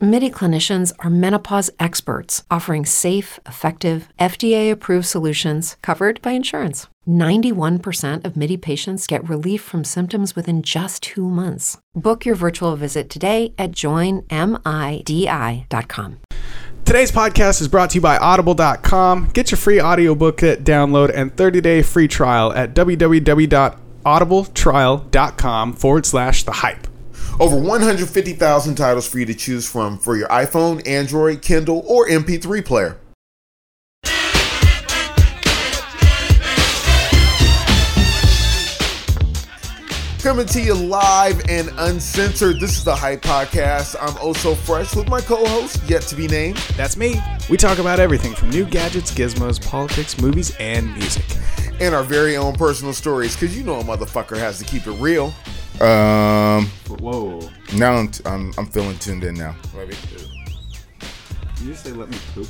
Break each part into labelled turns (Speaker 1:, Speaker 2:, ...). Speaker 1: MIDI clinicians are menopause experts offering safe, effective, FDA approved solutions covered by insurance. 91% of MIDI patients get relief from symptoms within just two months. Book your virtual visit today at joinmidi.com.
Speaker 2: Today's podcast is brought to you by Audible.com. Get your free audiobook kit download and 30-day free trial at www.audibletrial.com forward slash the hype.
Speaker 3: Over 150,000 titles for you to choose from for your iPhone, Android, Kindle, or MP3 player. Coming to you live and uncensored, this is the Hype Podcast. I'm oh so fresh with my co host, yet to be named.
Speaker 2: That's me. We talk about everything from new gadgets, gizmos, politics, movies, and music.
Speaker 3: and our very own personal stories because you know a motherfucker has to keep it real.
Speaker 4: Um,
Speaker 5: Whoa.
Speaker 4: now I'm, I'm I'm feeling tuned in now.
Speaker 5: Did you say let me poop?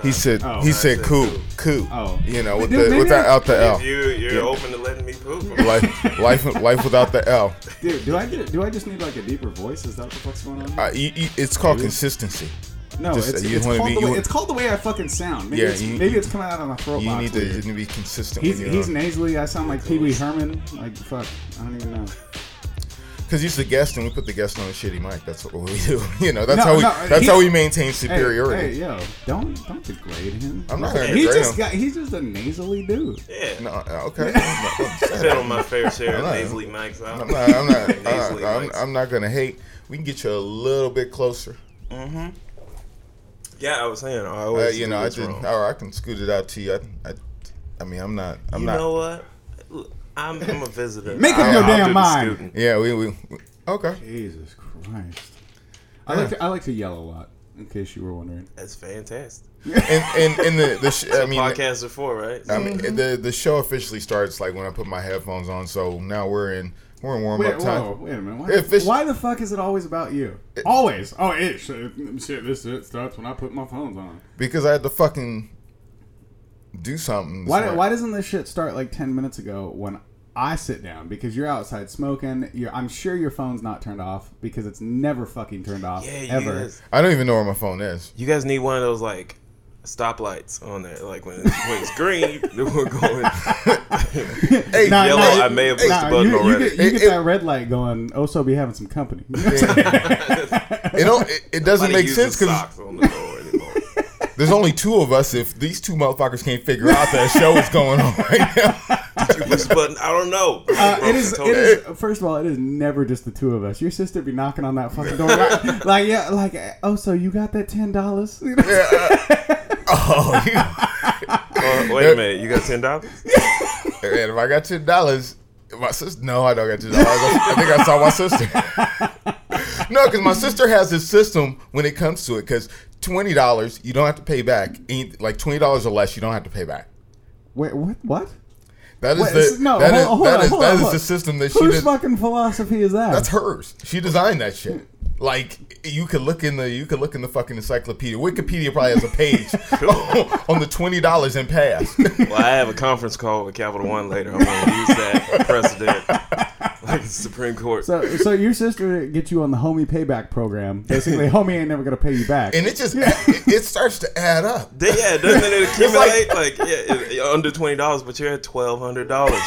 Speaker 4: He said
Speaker 5: Oh,
Speaker 4: he
Speaker 5: I
Speaker 4: said
Speaker 5: said
Speaker 4: cool
Speaker 5: cool.
Speaker 4: cool.
Speaker 5: Oh.
Speaker 4: you know with
Speaker 5: Dude,
Speaker 4: the
Speaker 5: maybe
Speaker 4: without
Speaker 5: I-
Speaker 4: out the L.
Speaker 6: You, you're open to letting me poop.
Speaker 4: Life life life without the L.
Speaker 5: Dude, do I get? Do I just need like a deeper voice? Is that what the fuck's going on? Here?
Speaker 4: Uh, you, you, it's called consistency.
Speaker 5: no,
Speaker 4: just- uh,
Speaker 5: it's,
Speaker 4: you
Speaker 5: it's,
Speaker 4: wanna
Speaker 5: called
Speaker 4: be-
Speaker 5: the
Speaker 4: you
Speaker 5: way,
Speaker 4: wanna-
Speaker 5: it's called the way I fucking sound. Maybe,
Speaker 4: Yeah,
Speaker 5: it's,
Speaker 4: you-
Speaker 5: maybe it's coming out of my throat.
Speaker 4: You
Speaker 5: box
Speaker 4: need to, you
Speaker 5: weird.
Speaker 4: need to be consistent.
Speaker 5: He's,
Speaker 4: when
Speaker 5: he's
Speaker 4: you're
Speaker 5: nasally. I sound like Pee Wee Herman. Like fuck, I don't even know.
Speaker 4: because he's the guest, and we put the guest on a shitty mic. That's what we do. You know, that's
Speaker 5: No,
Speaker 4: how we
Speaker 5: no,
Speaker 4: that's
Speaker 5: he-
Speaker 4: how we maintain
Speaker 5: Hey,
Speaker 4: superiority.
Speaker 5: Hey, yo, don't don't degrade him.
Speaker 4: I'm not
Speaker 5: He
Speaker 4: gonna
Speaker 5: just
Speaker 4: just
Speaker 5: got. He's just a nasally dude.
Speaker 6: Yeah.
Speaker 4: No, uh, okay.
Speaker 6: I've been on my fair share
Speaker 4: I'm
Speaker 6: of
Speaker 4: not-
Speaker 6: nasally mics. I
Speaker 4: I'm not. I'm not.
Speaker 6: Nasally
Speaker 4: uh, I'm,
Speaker 6: mics.
Speaker 4: I'm not gonna hate. We can get you a little bit closer.
Speaker 6: yeah, I was saying. I
Speaker 4: Uh,
Speaker 6: always
Speaker 4: you
Speaker 6: do
Speaker 4: know, I
Speaker 6: what's
Speaker 4: did.
Speaker 6: wrong.
Speaker 4: Or I can scoot it out to you. I, I, I mean, I'm not. I'm
Speaker 6: you
Speaker 4: not.
Speaker 6: know what? Look, I'm, I'm a visitor.
Speaker 5: Make up
Speaker 6: I'll-
Speaker 5: your
Speaker 6: I'll
Speaker 5: damn
Speaker 6: do the
Speaker 5: mind.
Speaker 6: scooting.
Speaker 4: Yeah, we, we we- okay.
Speaker 5: Jesus Christ. I like to, I like to yell a lot. In case you were wondering.
Speaker 6: That's fantastic.
Speaker 4: And and, and the the sh- I mean,
Speaker 6: Podcast before, right?
Speaker 4: I mean the the show officially starts like when I put my headphones on. So now we're in we're in warm
Speaker 5: Wait,
Speaker 4: up time.
Speaker 5: whoa, uh, wait a minute. Why,
Speaker 4: If it's-
Speaker 5: why the fuck is it always about you? always. Oh, it shit, shit. This shit starts when I put my phones on.
Speaker 4: because I had to fucking do something. this
Speaker 5: Why, do-
Speaker 4: morning.
Speaker 5: why doesn't this shit start like ten minutes ago when I sit down? Because you're outside smoking. You're, I'm sure your phone's not turned off because it's never fucking turned off
Speaker 6: yeah, you
Speaker 5: ever.
Speaker 6: guys,
Speaker 4: I don't even know where my phone is.
Speaker 6: you guys need one of those like stoplights on there. Like when it's, when it's green, then we're going.
Speaker 4: Hey,
Speaker 5: Nah,
Speaker 6: Yellow,
Speaker 5: nah,
Speaker 6: I may have pushed
Speaker 5: nah,
Speaker 6: the button
Speaker 5: you, you
Speaker 6: already.
Speaker 5: get, you
Speaker 4: It-
Speaker 5: get
Speaker 4: it-
Speaker 5: that red light going. Oh, so be having some company.
Speaker 4: it don't. It, it doesn't
Speaker 6: Nobody
Speaker 4: make
Speaker 6: uses
Speaker 4: sense because
Speaker 6: socks on the floor anymore.
Speaker 4: there's only two of us. If these two motherfuckers can't figure out that show is going on right now.
Speaker 6: you push the button. I don't know.
Speaker 5: Uh,
Speaker 6: Bro,
Speaker 5: it is.
Speaker 6: told me.
Speaker 5: It is. First of all, it is never just the two of us. Your sister be knocking on that fucking door, right? like yeah, like oh, so you got that ten dollars?
Speaker 4: Oh, you,
Speaker 6: Uh, wait a minute. You got ten dollars?
Speaker 4: and if I got ten dollars, my sister. No, I don't got ten dollars. I think I saw my sister. no, because my sister has this system when it comes to it. Because twenty dollars, you don't have to pay back. Any- Like twenty dollars or less, you don't have to pay back.
Speaker 5: Wait, what? What?
Speaker 4: That is
Speaker 5: Wait,
Speaker 4: the
Speaker 5: no,
Speaker 4: that
Speaker 5: hold-
Speaker 4: is-
Speaker 5: hold
Speaker 4: that
Speaker 5: on,
Speaker 4: is-
Speaker 5: hold
Speaker 4: that
Speaker 5: on,
Speaker 4: is
Speaker 5: hold
Speaker 4: the
Speaker 5: on.
Speaker 4: system that she
Speaker 5: Whose
Speaker 4: did.
Speaker 5: fucking philosophy is that?
Speaker 4: That's hers. She designed that shit. Like you could look in the you could look in the fucking encyclopedia. Wikipedia probably has a page on the twenty dollars and pass.
Speaker 6: Well, I have a conference call with Capital One later. I'm going to use that precedent like the Supreme Court.
Speaker 5: So, so your sister gets you on the homie payback program. Basically, homie ain't never gonna pay you back.
Speaker 4: and it just it, it starts to add up.
Speaker 6: Then, yeah, doesn't it accumulate? Like, yeah, it- you're under twenty dollars, but you're at twelve hundred dollars.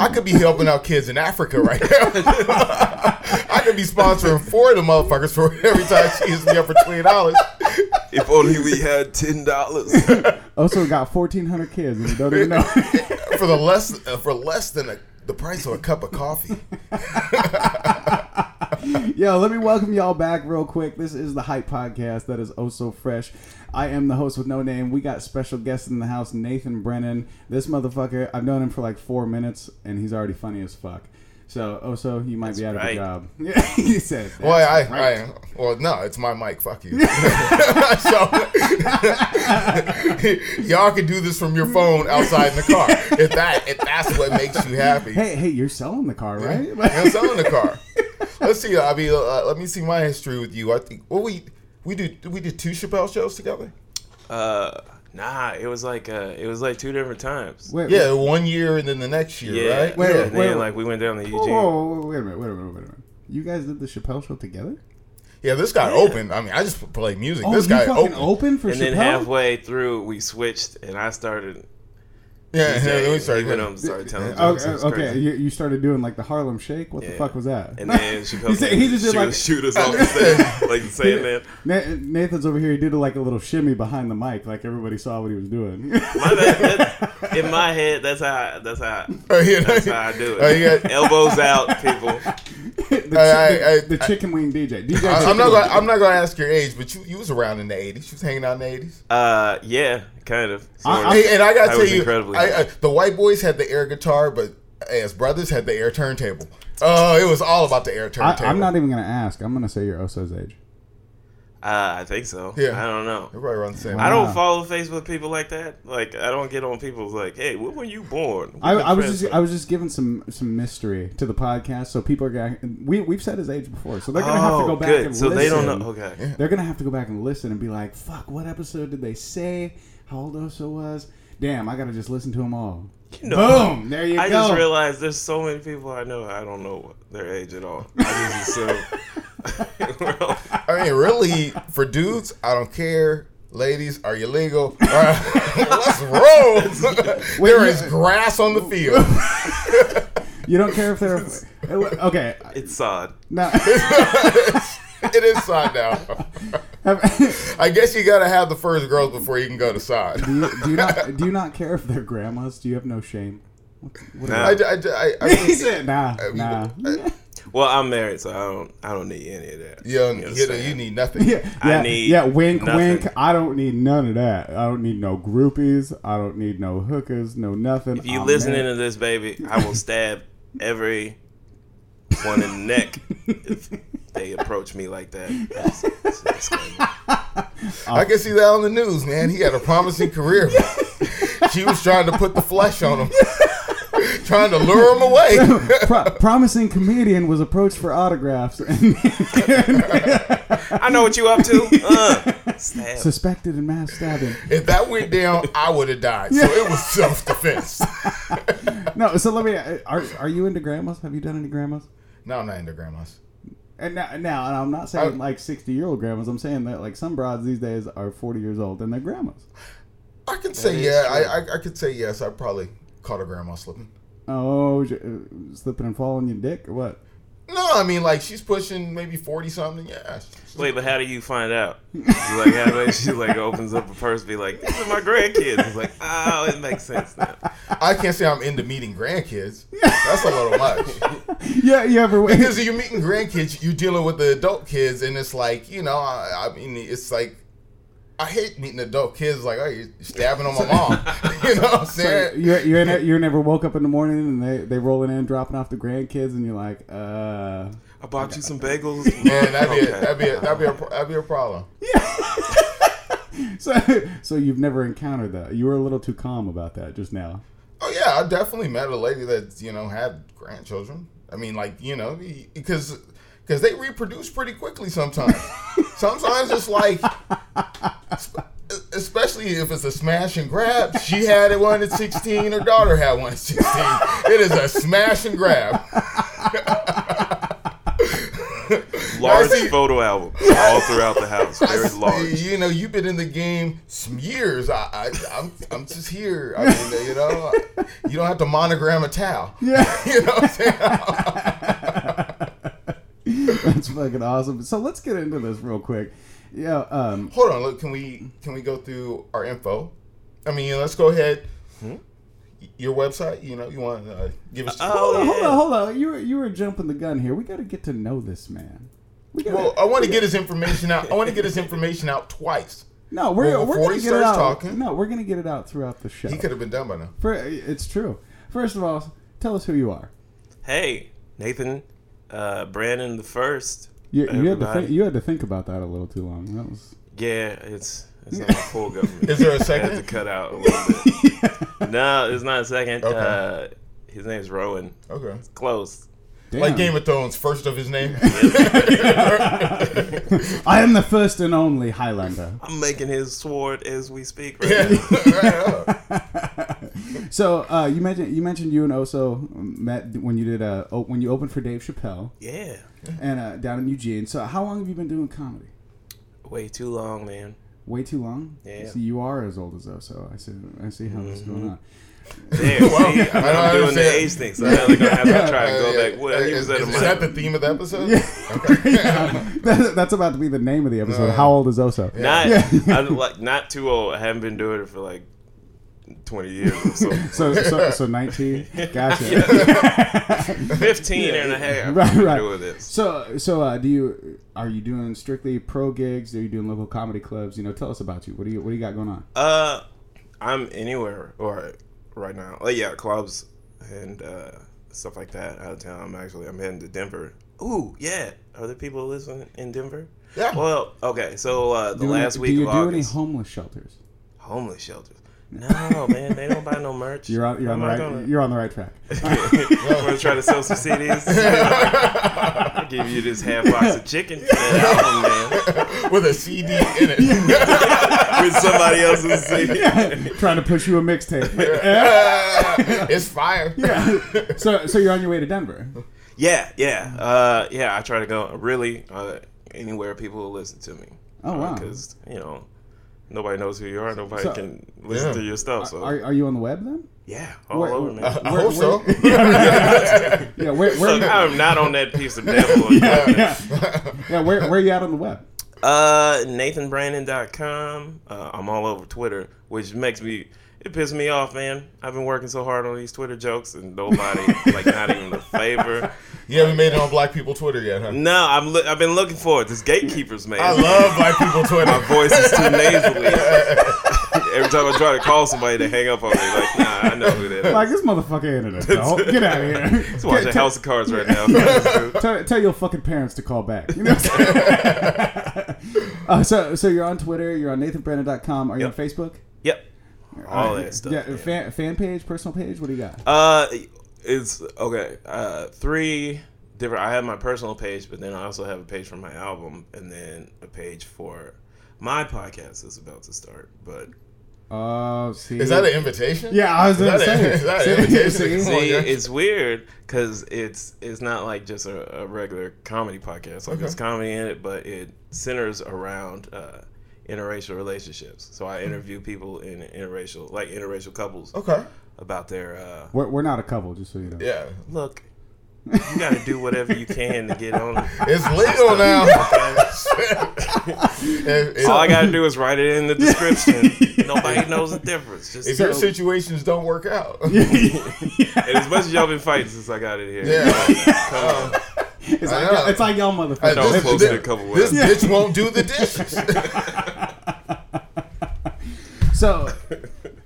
Speaker 4: I could be helping out kids in Africa right now. I could be sponsoring four of the motherfuckers for every time she hits me up for twenty dollars.
Speaker 6: if only we had ten dollars.
Speaker 5: also, got fourteen hundred kids, and you don't even know.
Speaker 4: for the less uh, for less than a, the price of a cup of coffee.
Speaker 5: Yo, let me welcome y'all back real quick. This is the Hype Podcast that is oh so fresh. I am the host with no name. We got special guest in the house, Nathan Brennan. This motherfucker, I've known him for like four minutes, and he's already funny as fuck. So, oh so you might be out of a
Speaker 6: right.
Speaker 5: job. Yeah, he said.
Speaker 4: Well,
Speaker 5: that.
Speaker 4: I, I well no, it's my mic. Fuck you. so y'all can do this from your phone outside in the car if that if that's what makes you happy.
Speaker 5: hey, hey, you're selling the car, right?
Speaker 4: I'm selling the car. Let's see. I mean, uh, let me see my history with you. I think well, we we did we did two Chappelle shows together.
Speaker 6: Uh, nah, it was like uh, it was like two different times.
Speaker 5: Wait,
Speaker 4: Yeah, one year and then the next year,
Speaker 6: yeah,
Speaker 4: right?
Speaker 5: Wait,
Speaker 6: yeah,
Speaker 5: wait,
Speaker 6: and
Speaker 5: wait.
Speaker 6: then like we went down to Eugene.
Speaker 5: Whoa, whoa, whoa, wait a minute, wait a minute, wait a minute. You guys did the Chappelle show together?
Speaker 4: Yeah, this guy opened. I mean, I just play music. this
Speaker 5: Oh, you
Speaker 4: guy
Speaker 5: fucking
Speaker 4: opened.
Speaker 5: open, for
Speaker 6: and
Speaker 5: Chappelle?
Speaker 6: then halfway through, we switched, and I started.
Speaker 4: Yeah, yeah,
Speaker 6: saying-
Speaker 4: we started.
Speaker 6: he went up and started telling jokes.
Speaker 5: Okay,
Speaker 6: It was
Speaker 5: okay.
Speaker 6: crazy.
Speaker 5: You, you started doing like the Harlem Shake. What the fuck was that?
Speaker 6: And then she
Speaker 5: He
Speaker 6: comes
Speaker 5: said-
Speaker 6: in,
Speaker 5: he just did
Speaker 6: shoot,
Speaker 5: like-
Speaker 6: shoot us off the stage, like saying that.
Speaker 5: Na- Nathan's over here. He did like a little shimmy behind the mic, like everybody saw what he was doing.
Speaker 6: My bad. That, in my head, that's how I- that's how
Speaker 4: Oh, yeah.
Speaker 6: that's how I do it.
Speaker 4: Oh, you got-
Speaker 6: Elbows out, people.
Speaker 5: the, chi-
Speaker 4: I- I-
Speaker 5: the- the
Speaker 4: I-
Speaker 5: chicken wing DJ. DJ
Speaker 4: I,
Speaker 5: chicken
Speaker 4: I'm not.
Speaker 5: wing.
Speaker 4: Gonna, I'm not gonna ask your age, but you you was around in the '80s. You was hanging out in the '80s.
Speaker 6: Uh, yeah, kind of. sort
Speaker 5: I-
Speaker 6: of.
Speaker 5: I-
Speaker 4: Hey, and I gotta
Speaker 6: I
Speaker 4: tell
Speaker 6: was
Speaker 4: you,
Speaker 6: incredibly
Speaker 4: I,
Speaker 6: young.
Speaker 4: I, the white boys had the air guitar, but as brothers had the air turntable. Oh, it was all about the air turntable.
Speaker 5: I, am not even gonna ask. I'm gonna say you're Oso's age.
Speaker 6: Uh, I think so.
Speaker 4: Yeah.
Speaker 6: I don't know.
Speaker 4: Everybody around the same.
Speaker 6: I
Speaker 5: Wow.
Speaker 6: don't follow Facebook people like that. Like I don't get on people's like, hey, when were you born? We've
Speaker 5: I,
Speaker 6: been
Speaker 5: I was
Speaker 6: friends
Speaker 5: just I was just giving some some mystery to the podcast, so people are going. We we've said his age before, so they're gonna have to
Speaker 6: Oh,
Speaker 5: go back
Speaker 6: good.
Speaker 5: and
Speaker 6: So
Speaker 5: listen.
Speaker 6: they don't know- okay.
Speaker 5: They're gonna have to go back and listen and be like, "Fuck, what episode did they say? How old Oso was? Damn, I gotta just listen to them all."
Speaker 6: for- you know,
Speaker 5: Boom! There you
Speaker 6: I
Speaker 5: go.
Speaker 6: just realized there's so many people I know. I don't know their age at all. I just assume. Well,
Speaker 4: I mean, really, for dudes, I don't care. Ladies, are you legal? All right, let's roll. there is grass on the field.
Speaker 5: you don't care if they're okay.
Speaker 6: it's sod.
Speaker 5: Now,
Speaker 4: it is side now.
Speaker 5: have-
Speaker 4: I guess you gotta have the first girls before you can go to side.
Speaker 5: do, you, do you not do you not care if they're grandmas? Do you have no shame?
Speaker 4: I, I, I, I
Speaker 5: He
Speaker 4: mean,
Speaker 5: said, uh, "Nah, nah."
Speaker 6: Well, I'm married, so I don't. I don't need any of that.
Speaker 4: young,
Speaker 6: You
Speaker 4: you,
Speaker 6: know what
Speaker 4: know,
Speaker 6: I'm
Speaker 4: you
Speaker 6: saying?
Speaker 4: need nothing.
Speaker 5: Yeah,
Speaker 6: I
Speaker 5: yeah,
Speaker 6: need
Speaker 5: yeah. Wink,
Speaker 6: nothing.
Speaker 5: wink. I don't need none of that. I don't need no groupies. I don't need no hookers. No nothing.
Speaker 6: If you
Speaker 5: I'm
Speaker 6: listening
Speaker 5: married.
Speaker 6: to this, baby, I will stab every one in the neck if they approach me like that. That's- that's- that's crazy.
Speaker 4: I can see that on the news, man. He had a promising career. she was trying to put the flesh on him, trying to lure him away.
Speaker 5: Pro- promising comedian was approached for autographs and
Speaker 6: I know what you up to. Uh, stab.
Speaker 5: suspected in mass stabbing.
Speaker 4: If that went down, I would have died. So it was self defense.
Speaker 5: No, so let me. Are are you into grandmas? Have you done any grandmas?
Speaker 4: No, I'm not into grandmas.
Speaker 5: And now, now and I'm not saying like 60 year old grandmas. I'm saying that like some broads these days are 40 years old and they're grandmas.
Speaker 4: I can say
Speaker 6: is
Speaker 4: yeah.
Speaker 6: true.
Speaker 4: I, I I could say yes. I probably caught a grandma slipping.
Speaker 5: Oh, j- uh, slipping and falling your dick or what?
Speaker 4: No, I mean like she's pushing maybe forty something. Yeah.
Speaker 6: Wait, but how do you find out? She's like, how do I- she like opens up a purse, be like, "These are my grandkids." It's like, oh, it makes sense now.
Speaker 4: I can't say I'm into meeting grandkids. That's a little much.
Speaker 5: Yeah, you ever
Speaker 4: Because if you're meeting grandkids, you're dealing with the adult kids, and it's like you know, I, I mean, it's like I hate meeting adult kids. Like, oh, you're stabbing on my mom. you know what I'm
Speaker 5: So
Speaker 4: saying?
Speaker 5: you you ne- you never woke up in the morning and they they rolling in dropping off the grandkids and you're like uh
Speaker 6: I bought you some bagels.
Speaker 4: Man, that'd be a,
Speaker 6: Okay.
Speaker 4: that'd be a, that'd be a pro- that'd be a problem.
Speaker 5: so so you've never encountered that you were a little too calm about that just now
Speaker 4: Oh yeah, I definitely met a lady that you know had grandchildren. I mean, like you know, because because they reproduce pretty quickly sometimes. sometimes it's like, sp- especially if it's a smash and grab. She had it one at sixteen. Her daughter had one at sixteen. It is a smash and grab.
Speaker 6: large
Speaker 4: I see-
Speaker 6: photo album all throughout the house, very large.
Speaker 4: You know, you've been in the game some years. I, I I'm I'm just here. I mean, you know, you don't have to monogram a towel.
Speaker 5: yeah
Speaker 4: You know what I'm saying?
Speaker 5: that's fucking awesome so let's get into this real quick yeah um
Speaker 4: hold on look can we can we go through our info i mean let's go ahead Y- your website you know you want to uh, give us
Speaker 6: Oh, yeah.
Speaker 5: hold on hold on you were you were jumping the gun here we got to get to know this man we got
Speaker 4: well i want to get his information out i want to get his information out twice
Speaker 5: no we're
Speaker 4: well,
Speaker 5: we're
Speaker 4: before
Speaker 5: gonna
Speaker 4: he
Speaker 5: get it
Speaker 4: starts
Speaker 5: out
Speaker 4: talking-
Speaker 5: no we're gonna get it out throughout the show
Speaker 4: he could have been done by now
Speaker 5: For, it's true first of all tell us who you are
Speaker 6: Hey, Nathan, uh, Brandon the first.
Speaker 5: you, you had to
Speaker 6: Everybody.
Speaker 5: think you had to think about that a little too long that was
Speaker 6: Yeah, it's it's not a full government.
Speaker 4: is there a
Speaker 6: I had to
Speaker 4: second
Speaker 6: cut out a little bit. no, it's not a second. Uh, his name's Rowan.
Speaker 4: okay
Speaker 6: Close.
Speaker 5: Damn.
Speaker 4: Like Game of Thrones, first of his name.
Speaker 5: I am the first and only Highlander.
Speaker 6: I'm making his sword as we speak. Right now.
Speaker 4: Yeah.
Speaker 5: So uh, you mentioned you mentioned you and Oso met when you did uh, o- when you opened for Dave Chappelle
Speaker 6: yeah.
Speaker 5: and uh, down in Eugene. So how long have you been doing comedy?
Speaker 6: Way too long, man.
Speaker 5: Way too long.
Speaker 6: Yeah.
Speaker 5: See, you are as old as Oso. I see. I see how this is going on.
Speaker 6: There, see,
Speaker 4: I don't
Speaker 6: I'm doing the
Speaker 4: understand.
Speaker 6: age thing, so I'm really gonna have to try and go
Speaker 4: Yeah.
Speaker 6: back. Well, he
Speaker 4: is,
Speaker 6: was at a
Speaker 4: is that the
Speaker 6: minor.
Speaker 4: theme of the episode? Mm-hmm.
Speaker 5: That- That's about to be the name of the episode. How old is Oso?
Speaker 6: Not, I'm like not too old. I haven't been doing it for like 20 years or so.
Speaker 5: So, so, so 19. Gotcha.
Speaker 6: 15 and a half.
Speaker 5: Right,
Speaker 6: I've been
Speaker 5: right.
Speaker 6: Doing this.
Speaker 5: So, so uh, do you are you doing strictly pro gigs? Are you doing local comedy clubs? You know, tell us about you. What do you what do you got going on?
Speaker 6: Uh, I'm anywhere or right now. Oh yeah, clubs and uh, stuff like that out of town. I'm actually I'm heading to Denver. Ooh yeah, are there people listening in Denver?
Speaker 4: Yeah.
Speaker 6: Well, okay. So uh, the
Speaker 5: Do any-
Speaker 6: last week
Speaker 5: do you
Speaker 6: of
Speaker 5: do any
Speaker 6: August,
Speaker 5: homeless shelters?
Speaker 6: homeless shelters. No man, they don't buy no merch.
Speaker 5: You're on you're on
Speaker 6: I'm
Speaker 5: the
Speaker 6: not
Speaker 5: right
Speaker 6: gonna-
Speaker 5: you're on the right track.
Speaker 6: I'm gonna try to sell some CDs. I'll give you this half box of chicken for that album, man.
Speaker 4: With a CD in it.
Speaker 6: With somebody else's CD.
Speaker 5: Trying to push you a mixtape.
Speaker 4: it's fire.
Speaker 5: so, so you're on your way to Denver.
Speaker 6: Yeah,
Speaker 5: Mm.
Speaker 6: yeah, uh, yeah. I try to go really uh, anywhere people will listen to me.
Speaker 5: Oh, wow.
Speaker 6: Because you know nobody knows who you are. Nobody
Speaker 5: So-
Speaker 6: can listen
Speaker 4: Yeah.
Speaker 6: to your stuff. So
Speaker 5: Are, are you on the web then?
Speaker 6: yeah, all
Speaker 5: Where-
Speaker 6: over man.
Speaker 4: I hope so.
Speaker 5: Yeah, where where
Speaker 6: Look,
Speaker 5: are you,
Speaker 6: I'm not on that piece of devil.
Speaker 5: yeah, where, where are you at on the web?
Speaker 6: Uh, NathanBrandon.com. Uh, I'm all over Twitter, which makes me. It pisses me off, man. I've been working so hard on these Twitter jokes, and nobody, like, not even a favor.
Speaker 4: You haven't made it on Black People Twitter yet, huh?
Speaker 6: No, I'm. Look, I've been looking for it. This gatekeepers, man.
Speaker 4: I love Black People
Speaker 6: my
Speaker 4: Twitter.
Speaker 6: voice is too nasally. Every time I try to call somebody, they hang up on me. Like, nah, I know who that is.
Speaker 5: Like this motherfucker internet. Dog. Get out of here.
Speaker 6: Just watching House of Cards right now.
Speaker 5: tell, tell your fucking parents to call back. You know what I'm saying? uh, so, so you're on Twitter. You're on NathanBrandon.com. Are you
Speaker 6: Yep.
Speaker 5: on Facebook?
Speaker 6: yep. All that stuff.
Speaker 5: yeah,
Speaker 6: yeah.
Speaker 5: Fan, fan page, personal page. What do you got?
Speaker 6: Uh, it's okay. Uh, three different. I have my personal page, but then I also have a page for my album, and then a page for my podcast is about to start. But
Speaker 5: Oh, see.
Speaker 4: Is that an invitation?
Speaker 5: yeah, I was
Speaker 4: Is
Speaker 5: gonna
Speaker 4: that,
Speaker 5: say.
Speaker 4: a, is that
Speaker 5: See,
Speaker 4: an invitation?
Speaker 5: see?
Speaker 4: Come on,
Speaker 6: See,
Speaker 4: yeah.
Speaker 6: it's weird because it's it's not like just a, a regular comedy podcast. Like there's comedy in it, but it centers around uh, interracial relationships. So I interview people in interracial, like interracial couples,
Speaker 4: Hmm. Okay.
Speaker 6: about their uh,
Speaker 5: We're, we're not a couple, just so you know.
Speaker 4: Yeah.
Speaker 6: look. You gotta do whatever you can to get on.
Speaker 4: It's legal now. if if-
Speaker 6: All I gotta do is write it in the description. Nobody knows the difference. Just
Speaker 4: if your situations don't work out.
Speaker 6: and as much as y'all been fighting since I got it here.
Speaker 4: Yeah.
Speaker 5: It's, like,
Speaker 4: I know.
Speaker 5: it's like y'all
Speaker 4: I
Speaker 5: motherfuckers.
Speaker 6: know.
Speaker 4: this
Speaker 6: close
Speaker 4: this-
Speaker 6: to a couple
Speaker 4: this
Speaker 6: words.
Speaker 4: bitch won't do the dishes.
Speaker 5: So,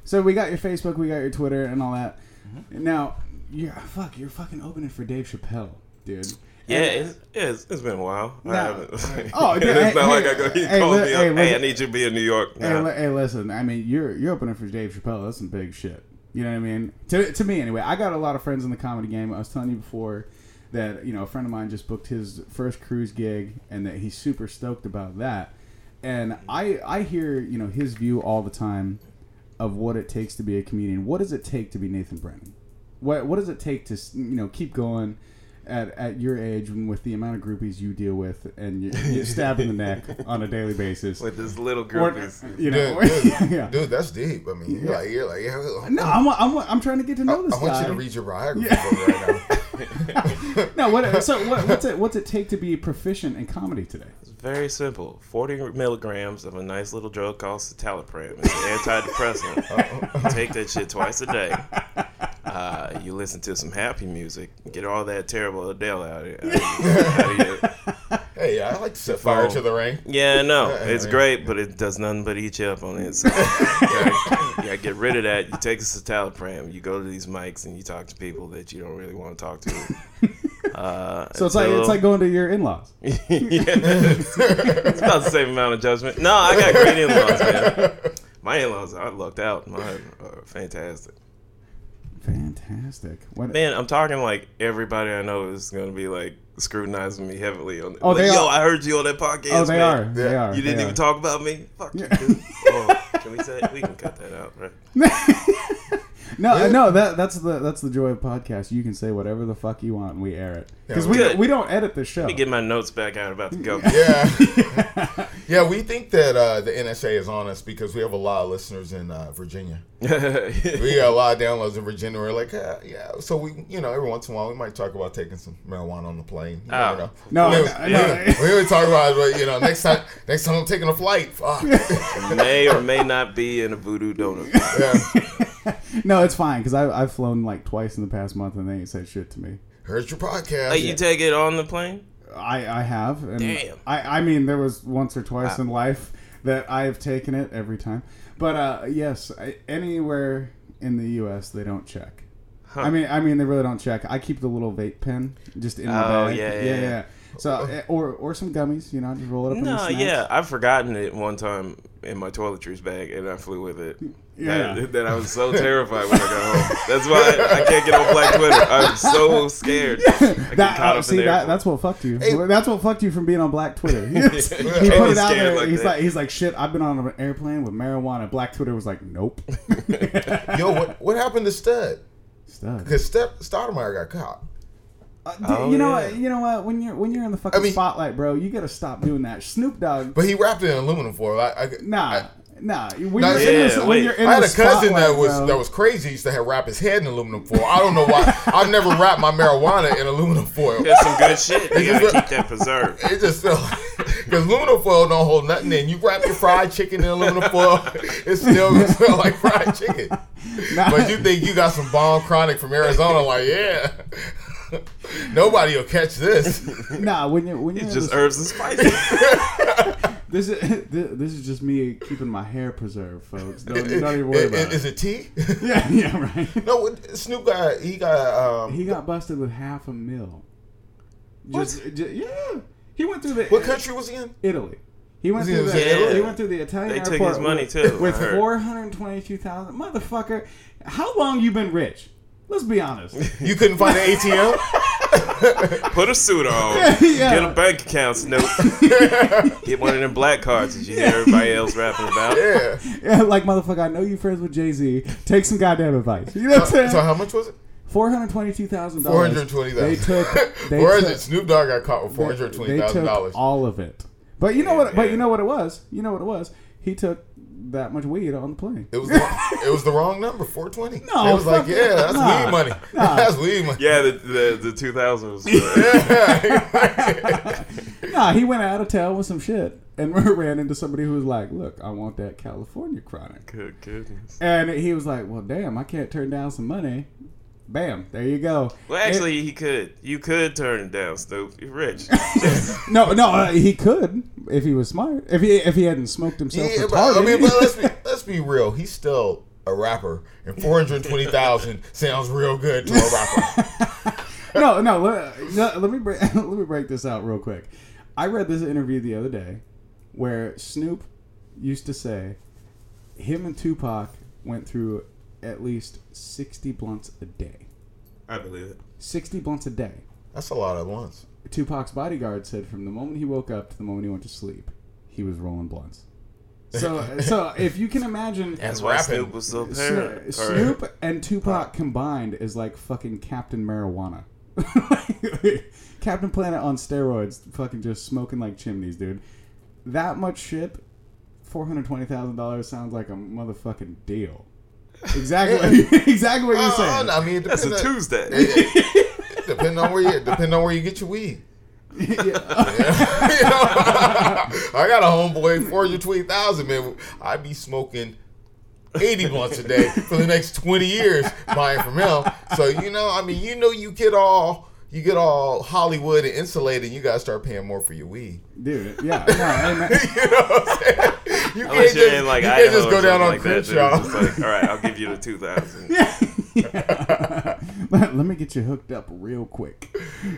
Speaker 5: so we got your Facebook, we got your Twitter, and all that.
Speaker 4: Mm-hmm.
Speaker 5: Now, you're fuck. You're fucking opening for Dave Chappelle, dude.
Speaker 6: Yeah, it's, yeah, it's, it's been a while. I haven't.
Speaker 5: Oh, dude,
Speaker 6: it's
Speaker 5: hey,
Speaker 6: not like
Speaker 5: hey,
Speaker 6: I go. He
Speaker 5: hey,
Speaker 6: calls
Speaker 5: look-
Speaker 6: me
Speaker 5: hey,
Speaker 6: up. Hey,
Speaker 5: look-
Speaker 6: I need you to be in New York.
Speaker 5: Hey,
Speaker 6: Nah.
Speaker 5: li- hey, listen. I mean, you're you're opening for Dave Chappelle. That's some big shit. You know what I mean? To, to me, anyway. I got a lot of friends in the comedy game. I was telling you before that you know a friend of mine just booked his first cruise gig, and that he's super stoked about that. And I I hear you know his view all the time of what it takes to be a comedian. What does it take to be Nathan Brennan? What what does it take to you know keep going? At, at your age, and with the amount of groupies you deal with, and you're, you're stabbed in the neck on a daily basis,
Speaker 6: with this little
Speaker 5: or,
Speaker 6: group. is-
Speaker 5: you know,
Speaker 4: Dude, dude,
Speaker 5: yeah.
Speaker 4: dude, that's deep. I mean, you're like, you're like, yeah.
Speaker 5: No, I'm, I'm, I'm trying to get to
Speaker 4: I,
Speaker 5: know this
Speaker 4: I
Speaker 5: guy.
Speaker 4: want you to read your biography book right
Speaker 5: No,
Speaker 4: now.
Speaker 5: what, so what, what's it? What's it take to be proficient in comedy today?
Speaker 6: It's very simple. Forty milligrams of a nice little drug called citalopram. It's an
Speaker 5: Oh.
Speaker 6: antidepressant. You Take that shit twice a day. Uh, you listen to some happy music. Get all that terrible Adele out of it.
Speaker 4: Hey, I like to set fire to the rain.
Speaker 6: Yeah, no, it's
Speaker 4: yeah.
Speaker 6: great, but it does nothing but eat you up on the inside. you, gotta, you gotta get rid of that. You take a citalopram. You go to these mics and you talk to people that you don't really want to talk to. Uh,
Speaker 5: So it's like it's like going to your in-laws.
Speaker 6: it's about the same amount of judgment. No, I got great uh, in-laws, man. My in-laws, I lucked out. Mine are fantastic.
Speaker 5: Fantastic. What,
Speaker 6: Man, I'm talking like everybody I know is going to be like scrutinizing me heavily on.
Speaker 5: Oh,
Speaker 6: like,
Speaker 5: they
Speaker 6: Yo,
Speaker 5: are.
Speaker 6: I heard you on that podcast.
Speaker 5: oh, they
Speaker 6: man.
Speaker 5: are. They are.
Speaker 6: You didn't
Speaker 5: they
Speaker 6: even
Speaker 5: are.
Speaker 6: talk about me. Fuck you. Dude. oh, can we say we can cut that out, right?
Speaker 5: No, no, that that's the that's the joy of podcast. You can say whatever the fuck you want, and we air it because
Speaker 4: Yeah,
Speaker 5: we
Speaker 6: good.
Speaker 5: we don't edit the show.
Speaker 6: Let me get my notes back out about the go.
Speaker 4: Yeah. yeah, we think that uh, the NSA is on us because we have a lot of listeners in uh, Virginia. We got a lot of downloads in Virginia. We're like, uh, yeah. So we, you know, every once in a while, we might talk about taking some marijuana on the plane. You never
Speaker 6: Oh.
Speaker 4: know.
Speaker 5: No,
Speaker 4: we,
Speaker 5: I- I-
Speaker 4: we-
Speaker 5: no.
Speaker 4: we would talk about, but, you know, next time, next time I'm taking a flight. Fuck.
Speaker 6: may or may not be in a voodoo donut.
Speaker 4: Yeah.
Speaker 5: no, it's fine because I've I've flown like twice in the past month, and they ain't said shit to me.
Speaker 4: Heard your podcast.
Speaker 6: Like you take it on the plane?
Speaker 5: I I have. And
Speaker 6: Damn.
Speaker 5: I I mean, there was once or twice in life that I have taken it every time. But uh, yes, I, anywhere in the U.S. they don't check. I mean, I mean, they really don't check. I keep the little vape pen just in my
Speaker 6: Oh,
Speaker 5: bag.
Speaker 6: yeah, yeah,
Speaker 5: yeah,
Speaker 6: yeah.
Speaker 5: So uh, or or some gummies, you know, just roll it up. in
Speaker 6: No,
Speaker 5: the
Speaker 6: yeah, I've forgotten it one time in my toiletries bag, and I flew with it.
Speaker 5: Yeah.
Speaker 6: That, that I was so terrified when I got home. That's why I can't get on Black Twitter. I'm so scared. I get
Speaker 5: That,
Speaker 6: caught
Speaker 5: uh,
Speaker 6: up
Speaker 5: see,
Speaker 6: in the
Speaker 5: that,
Speaker 6: airport.
Speaker 5: that's what fucked you. That's what fucked you from being on Black Twitter. he put
Speaker 6: I was
Speaker 5: it out
Speaker 6: scared
Speaker 5: there.
Speaker 6: like
Speaker 5: he's
Speaker 6: that.
Speaker 5: like, he's like, shit. I've been on an airplane with marijuana. Black Twitter was like, nope.
Speaker 4: Yo, what, what happened to Stud?
Speaker 5: Stuff.
Speaker 4: Because Stud Stoudemire got caught.
Speaker 5: Uh, d-
Speaker 6: Oh,
Speaker 5: you know
Speaker 6: yeah.
Speaker 5: what? You know what? When you're when you're in the fucking
Speaker 4: I mean-
Speaker 5: spotlight, bro, you gotta stop doing that. Snoop Dogg,
Speaker 4: But he wrapped it in aluminum foil. I, I,
Speaker 5: nah,
Speaker 4: I,
Speaker 5: nah. When,
Speaker 4: Nah,
Speaker 5: you're
Speaker 4: yeah,
Speaker 5: in this,
Speaker 6: wait.
Speaker 5: when you're in
Speaker 4: I had
Speaker 5: the
Speaker 4: a cousin that
Speaker 5: spotlight,
Speaker 4: was
Speaker 5: bro,
Speaker 4: that was crazy. He used to have wrap his head in aluminum foil. I don't know why. I've never wrapped my marijuana in aluminum foil.
Speaker 6: That's some good shit. You gotta keep that preserved.
Speaker 4: It just felt because aluminum foil don't hold nothing in. You wrap your fried chicken in aluminum foil, it still gonna smell like fried chicken. But you think you got some bomb chronic from Arizona? Like, yeah, nobody will catch this.
Speaker 5: nah. When you're when you're in
Speaker 6: Just
Speaker 5: this,
Speaker 6: herbs and spices.
Speaker 5: this is thi- this is just me keeping my hair preserved, folks. Don't,
Speaker 4: Is
Speaker 5: don't even worry about it.
Speaker 4: is it tea?
Speaker 5: Yeah, yeah, right.
Speaker 4: no, what- Snoop got he got um,
Speaker 5: He got busted with half a mil. Just, ju- yeah, he went through the
Speaker 4: what country was he in?
Speaker 5: Italy. He went
Speaker 4: Was he
Speaker 5: through
Speaker 4: in
Speaker 5: the
Speaker 6: Italy?
Speaker 5: he went through the Italian
Speaker 6: They took
Speaker 5: airport
Speaker 6: his money,
Speaker 5: with-
Speaker 6: too, I
Speaker 5: with
Speaker 6: heard.
Speaker 5: four hundred twenty two thousand motherfucker. How long you been rich? Let's be honest.
Speaker 4: You couldn't find an ATM.
Speaker 6: Put a suit on.
Speaker 5: Yeah.
Speaker 6: Get a bank account snoop. Get one of them black cards that you hear everybody else rapping about.
Speaker 4: Yeah.
Speaker 5: Yeah, like motherfucker, I know you friends with Jay Z. Take some goddamn advice. You know what I'm
Speaker 4: So
Speaker 5: saying?
Speaker 4: how much was it?
Speaker 5: Four hundred twenty-two thousand
Speaker 4: Four
Speaker 5: dollars.
Speaker 4: hundred twenty
Speaker 5: Uh, They
Speaker 4: thousand.
Speaker 5: took. They
Speaker 4: Where is
Speaker 5: took,
Speaker 4: it? Snoop Dogg got caught with four
Speaker 5: they-
Speaker 4: hundred twenty
Speaker 5: they
Speaker 4: thousand
Speaker 5: took
Speaker 4: dollars.
Speaker 5: All of it. But you know what? But you know what it was. You know what it was. He took that much weed on the plane.
Speaker 4: It was the, it was the wrong number. Four twenty.
Speaker 5: No,
Speaker 4: it was like
Speaker 5: fuck
Speaker 4: yeah, that's
Speaker 5: nah,
Speaker 4: weed money. That's weed money.
Speaker 6: Yeah, the the, the 2000 was. uh,
Speaker 5: Nah, he went out of town with some shit and ran into somebody who was like, "Look, I want that California chronic,"
Speaker 6: good goodness.
Speaker 5: and he was like, "Well, damn, I can't turn down some money." Bam, there you go.
Speaker 6: Well, actually, he could. You could turn it down, Snoop. You're rich.
Speaker 5: No, no, uh, he could if he was smart. If he if he hadn't smoked himself
Speaker 4: Yeah,
Speaker 5: retarded.
Speaker 4: but, I mean, but let's be let's be real. He's still a rapper, and four hundred twenty thousand sounds real good to a rapper.
Speaker 5: no, no, let, no, let me break, let me break this out real quick. I read this interview the other day where Snoop used to say him and Tupac went through at least 60 blunts a day.
Speaker 6: I believe it.
Speaker 5: 60 blunts a day.
Speaker 4: That's a lot at once.
Speaker 5: Tupac's bodyguard said from the moment he woke up to the moment he went to sleep, he was rolling blunts. So, so if you can imagine
Speaker 6: That's why
Speaker 4: Rapping.
Speaker 6: Snoop was so
Speaker 5: Snoop,
Speaker 6: paranoid.
Speaker 5: Snoop and Tupac combined is like fucking Captain Marijuana. Captain Planet on steroids, fucking just smoking like chimneys, dude. That much shit, four hundred twenty thousand dollars sounds like a motherfucking deal. Exactly, exactly what you're
Speaker 4: Uh,
Speaker 5: saying.
Speaker 4: I mean, it
Speaker 6: That's a
Speaker 4: depend on-
Speaker 6: Tuesday.
Speaker 4: Depending on where you depending on where you get your weed.
Speaker 5: Yeah.
Speaker 4: You know? I got a homeboy four hundred twenty thousand man. I be smoking eighty blunts a day for the next twenty years buying from him. So you know, I mean, you know, you get all you get all Hollywood and insulated. You gotta start paying more for your weed.
Speaker 5: dude. Yeah, no, and that-
Speaker 4: You know what I'm saying? You
Speaker 6: Unless
Speaker 4: can't
Speaker 6: you're
Speaker 4: just,
Speaker 6: in like
Speaker 4: you
Speaker 6: Idaho
Speaker 4: can't just
Speaker 6: or
Speaker 4: go down
Speaker 6: something
Speaker 4: on
Speaker 6: like that.
Speaker 4: Crenshaw.
Speaker 6: That, like, all right, I'll give you the 2000.
Speaker 5: Yeah. let, let me get you hooked up real quick.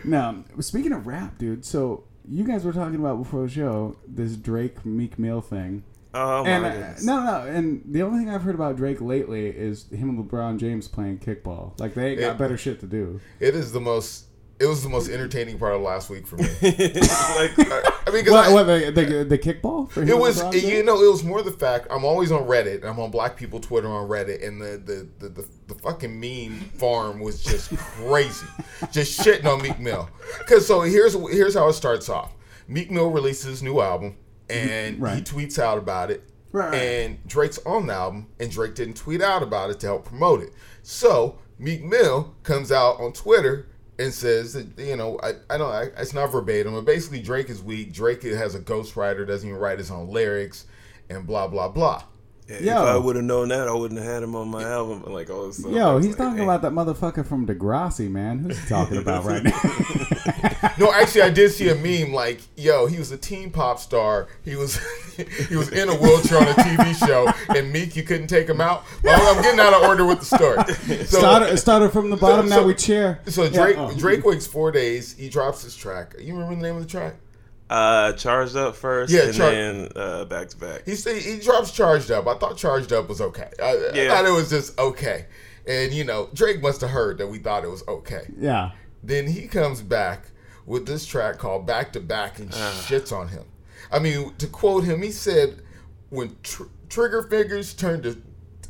Speaker 5: Now, speaking of rap, dude, so you guys were talking about before the show this Drake Meek Mill thing.
Speaker 6: Oh my
Speaker 5: And uh,
Speaker 6: goodness.
Speaker 5: no, no, and the only thing I've heard about Drake lately is him and LeBron James playing kickball. Like they ain't got
Speaker 4: Yeah.
Speaker 5: better shit to do.
Speaker 4: It is the most. It was the most entertaining part of last week for me.
Speaker 6: like,
Speaker 4: I mean, 'cause
Speaker 5: What,
Speaker 4: I-
Speaker 5: what the, the, the kickball? For him
Speaker 4: It
Speaker 5: and
Speaker 4: was,
Speaker 5: LeBron
Speaker 4: you
Speaker 5: James?
Speaker 4: know, it was more the fact I'm always on Reddit. and I'm on Black people Twitter on Reddit, and the the the, the, the fucking meme farm was just crazy, just shitting on Meek Mill. Cause so here's here's how it starts off. Meek Mill releases his new album, and he
Speaker 5: Right.
Speaker 4: tweets out about it.
Speaker 5: Right, right.
Speaker 4: And Drake's on the album, and Drake didn't tweet out about it to help promote it. So Meek Mill comes out on Twitter and says that you know I, I don't I, it's not verbatim, but basically Drake is weak. Drake has a ghostwriter, doesn't even write his own lyrics, and blah blah blah.
Speaker 6: If I
Speaker 5: Yo.
Speaker 6: would have known that, I wouldn't have had him on my album. and, Like all this stuff. I
Speaker 5: Yo,
Speaker 6: was
Speaker 5: he's
Speaker 6: like,
Speaker 5: talking
Speaker 6: "Hey."
Speaker 5: about that motherfucker from Degrassi, man. Who's he talking about right now?
Speaker 4: No, actually, I did see a meme like, "Yo, he was a teen pop star. He was he was in a wheelchair on a TV show, and Meek, you couldn't take him out." Well, I'm getting out of order with the story. So,
Speaker 5: started, started from the bottom,
Speaker 4: so-
Speaker 5: now we cheer.
Speaker 4: So
Speaker 5: Yeah,
Speaker 4: Drake
Speaker 5: oh.
Speaker 4: Drake waits four days. He drops his track. You remember the name of the track?
Speaker 6: Uh, charged up first,
Speaker 4: Yeah,
Speaker 6: and
Speaker 4: Char-
Speaker 6: then uh, back to back.
Speaker 4: He say he drops charged up. I thought charged up was okay. I, I
Speaker 6: Yeah.
Speaker 4: thought it was just okay. And you know Drake must have heard that we thought it was okay.
Speaker 5: Yeah.
Speaker 4: Then he comes back with this track called Back to Back and
Speaker 6: Uh.
Speaker 4: shits on him. I mean, to quote him, he said, "When tr- trigger fingers turn to."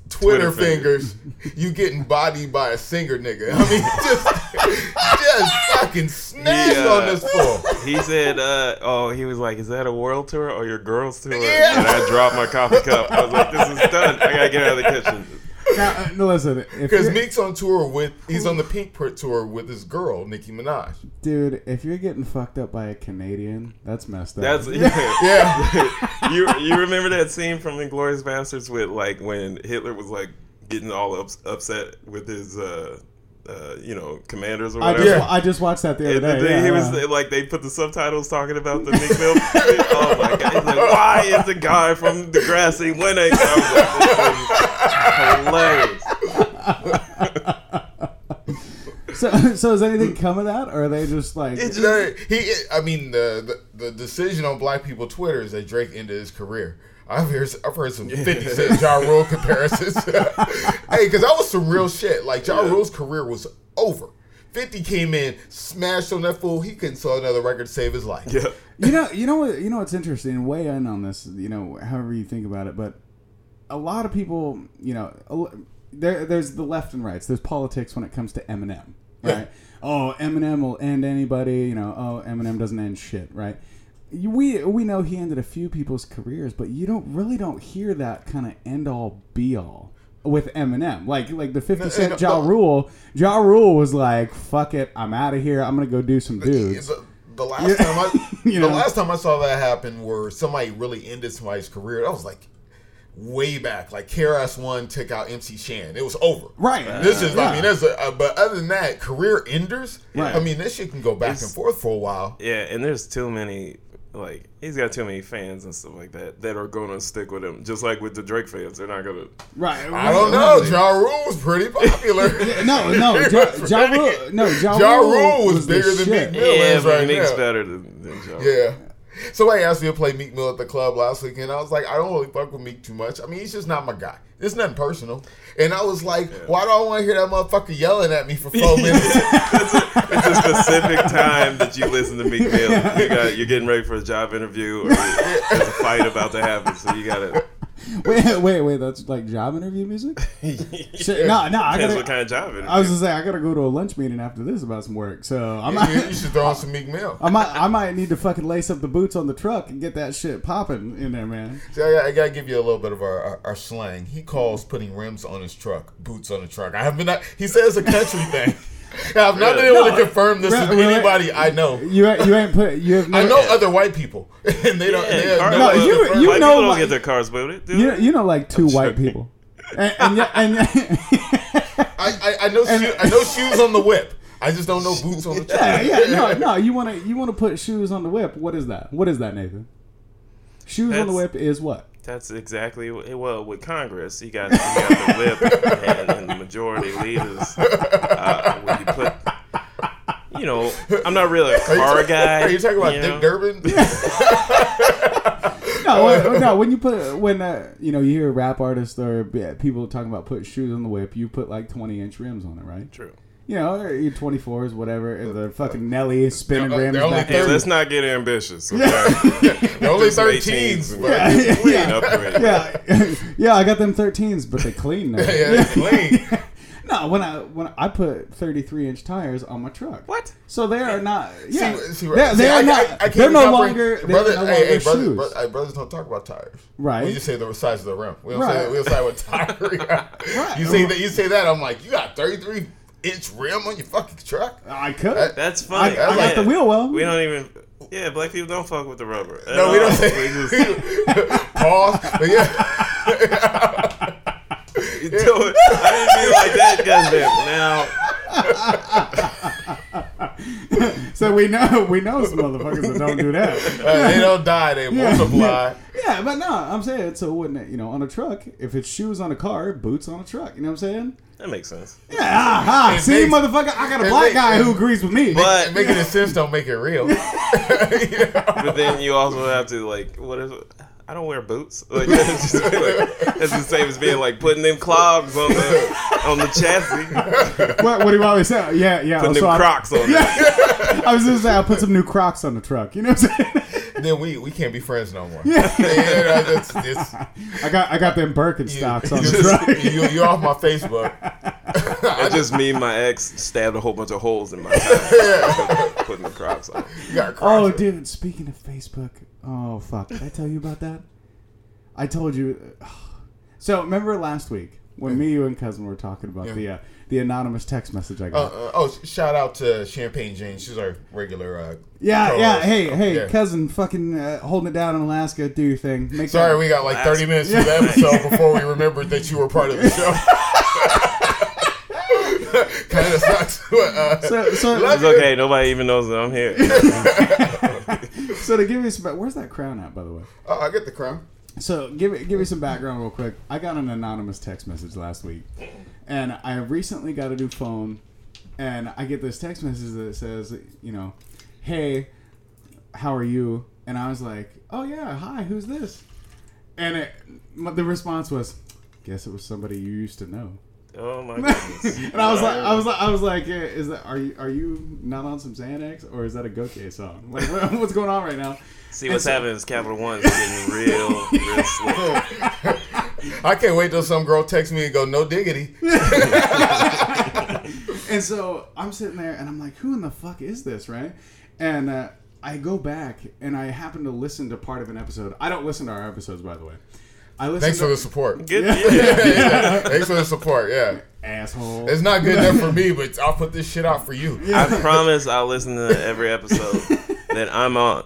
Speaker 4: Twitter,
Speaker 6: Twitter fingers.
Speaker 4: fingers, you getting bodied by a singer, nigga. I mean, just, just fucking snatched
Speaker 6: Yeah.
Speaker 4: on this fool.
Speaker 6: He said, uh, "Oh, he was like, is that a world tour or your girls tour?"
Speaker 4: Yeah.
Speaker 6: And I dropped my coffee cup. I was like, "This is done. I gotta get out of the kitchen."
Speaker 5: Now, uh, no, listen, if
Speaker 4: Because
Speaker 5: you're-
Speaker 4: Meek's on tour with he's on the Pink Pr- tour with his girl Nicki Minaj.
Speaker 5: dude, if you're getting fucked up by a Canadian, that's messed up.
Speaker 6: That's yeah.
Speaker 4: Yeah,
Speaker 6: you. You remember that scene from *Inglorious Bastards* with like when Hitler was like getting all ups- upset with his, uh, uh, you know, commanders or
Speaker 5: I
Speaker 6: whatever.
Speaker 5: just, I just watched that the other
Speaker 6: And the
Speaker 5: day.
Speaker 6: thing-
Speaker 5: yeah,
Speaker 6: he was
Speaker 5: yeah.
Speaker 6: like, they put the subtitles talking about the Meek Mill. oh my god! He's like, why is the guy from Degrassi winning? I was like, this is hilarious.
Speaker 5: So, so is anything come of that, or are they just like?
Speaker 6: It's-
Speaker 4: No, he. I mean, the, the the decision on Black people Twitter is that Drake ended his career. I've heard I've heard some Fifty Cent Ja Rule comparisons. hey, because that was some real shit. Like Ja Rule's career was over. Fifty came in, smashed on that fool. He couldn't sell another record to save his life.
Speaker 6: Yeah.
Speaker 5: you know, you know what, you know what's interesting. Weigh in on this. You know, however you think about it, but a lot of people, you know, a l- there, there's the left and rights. There's politics when it comes to Eminem, right? Oh, Eminem will end anybody. You know, oh, Eminem doesn't end shit, right? You- We we know he ended a few people's careers, but you don't really don't hear that kind of end all be all with Eminem. Like like the Fifty Cent Ja Rule, Ja Rule was like, "Fuck it, I'm out of here. I'm gonna go do some dudes."
Speaker 4: The, the last time I
Speaker 5: You
Speaker 4: the
Speaker 5: know.
Speaker 4: last time I saw that happen where somebody really ended somebody's career, that was like way back. Like KRS One took out MC Shan. It was over.
Speaker 5: Right.
Speaker 4: This is I
Speaker 5: Yeah.
Speaker 4: mean that's a, uh, but other than that, career enders.
Speaker 5: Right.
Speaker 4: I mean this shit can go back and forth for a while.
Speaker 6: Yeah, and there's too many. Like he's got too many fans and stuff like that that are gonna stick with him. Just like with the Drake fans, they're not gonna.
Speaker 5: Right.
Speaker 4: I don't know. Ja Rule was pretty popular.
Speaker 5: No, no, ja, ja Rule, no, ja,
Speaker 4: Ja Rule was
Speaker 5: the
Speaker 4: bigger than
Speaker 5: shit.
Speaker 4: Meek Mill
Speaker 6: yeah,
Speaker 4: is
Speaker 6: but
Speaker 4: right
Speaker 6: Meek's
Speaker 4: now.
Speaker 6: better than, than Joe.
Speaker 4: Yeah. Somebody asked me to play Meek Mill at the club last weekend. I was like, I don't really fuck with Meek too much. I mean, he's just not my guy. It's nothing personal. And I was like, why do I want to hear that motherfucker yelling at me for four minutes?
Speaker 6: It's a specific time that you listen to Meek Mill. You got, you're getting ready for a job interview or there's a fight about to happen, so you gotta.
Speaker 5: Wait, wait, wait. That's like job interview music. Shit, no, no. I
Speaker 6: Depends what
Speaker 5: gotta.
Speaker 6: kind of job it is.
Speaker 5: I was gonna say I gotta go to a lunch meeting after this about some work. So I
Speaker 4: you,
Speaker 5: might,
Speaker 4: you should throw on some Meek Mill.
Speaker 5: I might, I might need to fucking lace up the boots on the truck and get that shit popping in there, man.
Speaker 4: See, I, gotta- I gotta give you a little bit of our, our, our slang. He calls putting rims on his truck, boots on the truck. I have been. Not, he says a country thing. I've not been able to confirm this with
Speaker 5: Really?
Speaker 4: anybody I know.
Speaker 5: You, ain't- you ain't put, you have.
Speaker 4: I
Speaker 5: Never,
Speaker 4: know other white people, and they don't.
Speaker 6: Yeah,
Speaker 4: they have
Speaker 6: cars-
Speaker 4: no,
Speaker 5: No,
Speaker 4: idea.
Speaker 5: you-
Speaker 6: Like,
Speaker 5: you
Speaker 6: people
Speaker 5: know,
Speaker 6: don't
Speaker 5: like-
Speaker 6: get their cars booted. Dude.
Speaker 5: You, you know, like two white people. And, and, yeah, and yeah,
Speaker 4: I, I, I know. Shoe, I know shoes on the whip. I just don't know boots on the truck.
Speaker 5: yeah, yeah, no, no. You wanna, you wanna put shoes on the whip. What is that? What is that, Nathan? Shoes on the
Speaker 6: That's-
Speaker 5: whip is what?
Speaker 6: That's exactly what- well with Congress. You got, you got the whip and, and the majority leaders. Uh, when you put, you know, I'm not really a
Speaker 4: Are you
Speaker 6: car
Speaker 4: talking-
Speaker 6: guy.
Speaker 4: Are you talking about
Speaker 6: you
Speaker 4: Dick
Speaker 6: know?
Speaker 4: Durbin?
Speaker 5: no, when, no. When you put when uh, you know you hear rap artists or yeah, people talking about putting shoes on the whip, you put like twenty inch rims on it, right?
Speaker 6: True.
Speaker 5: You know, or your twenty fours, whatever. and The fucking Nelly is spinning
Speaker 4: They're-
Speaker 5: rims
Speaker 4: they're only
Speaker 5: back
Speaker 6: Hey,
Speaker 5: there.
Speaker 6: let's not get ambitious. Okay?
Speaker 4: They're only
Speaker 6: Just wait, teens.
Speaker 4: 13s, but
Speaker 6: We ain't upgrading.
Speaker 5: Yeah, yeah. I got them thirteens, but they clean now.
Speaker 4: yeah, it's clean.
Speaker 5: No, when I when I put thirty three inch tires on my truck.
Speaker 6: What?
Speaker 5: So they are not. Yeah,
Speaker 4: See, see,
Speaker 5: they're,
Speaker 4: see,
Speaker 5: they're
Speaker 4: I- I-
Speaker 5: not.
Speaker 4: I can't
Speaker 5: they're no
Speaker 4: even comprehend-
Speaker 5: longer. They're
Speaker 4: Brother,
Speaker 5: no longer
Speaker 4: hey, hey,
Speaker 5: shoes.
Speaker 4: brothers, bro- hey, brothers don't talk about tires.
Speaker 5: Right.
Speaker 4: We just say the size of the rim. We don't
Speaker 5: Right.
Speaker 4: say we don't say what tire. we got. You say that. You say that. I'm like, you got 33 inch rim on your fucking truck.
Speaker 5: I could.
Speaker 6: That's funny.
Speaker 5: I
Speaker 4: got
Speaker 6: Yeah.
Speaker 5: the wheel well.
Speaker 6: We don't even. Yeah, black people don't fuck with the rubber. at
Speaker 4: No, we
Speaker 6: all.
Speaker 4: don't say.
Speaker 6: just
Speaker 4: Pause. But yeah,
Speaker 6: you do it. I didn't mean it like that, goddamn. Now,
Speaker 5: so we know we know some motherfuckers that don't do that.
Speaker 4: uh, they don't die. They multiply.
Speaker 5: Yeah, but no, I'm saying so. Wouldn't it? You know, on a truck, if it's shoes on a car, boots on a truck. You know what I'm saying?
Speaker 6: that makes sense.
Speaker 5: Yeah, ah, ah,
Speaker 4: It
Speaker 5: see,
Speaker 4: makes-
Speaker 5: motherfucker, I got a
Speaker 4: it
Speaker 5: black
Speaker 4: makes-
Speaker 5: guy who agrees with me.
Speaker 6: But
Speaker 4: Making a sense don't make it real.
Speaker 6: but then you also have to like, what is? I don't wear boots. Like that's, just, like, that's the same as being like putting them clogs on the on the chassis,
Speaker 5: what, what do you always say? Yeah, yeah.
Speaker 6: putting
Speaker 5: so
Speaker 6: them
Speaker 5: I-
Speaker 6: Crocs on. Yeah.
Speaker 5: I was just saying, I put some new Crocs on the truck. You know what I'm saying?
Speaker 4: then we we can't be friends no more. Yeah, yeah that's, that's,
Speaker 5: I got I got them Birkenstocks on
Speaker 4: you,
Speaker 5: the truck.
Speaker 4: you, you're off my Facebook.
Speaker 6: It just me and my ex stabbed a whole bunch of holes in my tires, putting the Crocs on.
Speaker 4: You got
Speaker 5: Oh,
Speaker 4: crossed.
Speaker 5: dude! Speaking of Facebook, oh fuck! Did I tell you about that? I told you. So remember last week when me, you, and cousin were talking about the uh, the anonymous text message I
Speaker 4: Uh,
Speaker 5: got?
Speaker 4: uh, oh, sh- shout out to Champagne Jane. She's our regular. Uh,
Speaker 5: yeah,
Speaker 4: co-host.
Speaker 5: yeah. Hey, hey,
Speaker 4: Oh, Yeah.
Speaker 5: cousin, fucking uh, holding it down in Alaska. Do your thing. Make
Speaker 4: Sorry,
Speaker 5: that-
Speaker 4: we got like 30 minutes to the episode before we remembered that you were part of the show. kind of sucks. Uh,
Speaker 5: So, so,
Speaker 6: It's okay. Nobody even knows that I'm here.
Speaker 5: so to give you some, where's that crown at, by the way?
Speaker 4: oh, I get the crown.
Speaker 5: So give it- give me some background real quick. I got an anonymous text message last week, and I recently got a new phone, and I get this text message that says, you know, hey, how are you? And I was like, oh yeah, hi, who's this? And it, my- the response was, guess it was somebody you used to know.
Speaker 6: Oh my goodness.
Speaker 5: And I was like, I was like, I was like, eh, is that are you are you not on some Xanax or is that a Gokey song? Like, what- what's going on right now?
Speaker 6: See what's happening is Capital One's getting real, real slow.
Speaker 4: I can't wait till some girl texts me and go, no diggity.
Speaker 5: And so I'm sitting there and I'm like, who in the fuck is this, right? And uh, I go back and I happen to listen to part of an episode. I don't listen to our episodes, by the way. I listen
Speaker 4: Thanks
Speaker 5: to
Speaker 4: for the support.
Speaker 6: Good. Yeah.
Speaker 4: Yeah, Thanks for the support. Yeah.
Speaker 5: asshole.
Speaker 4: It's not good enough for me, but I'll put this shit out for you.
Speaker 6: I promise I'll listen to every episode that I'm on.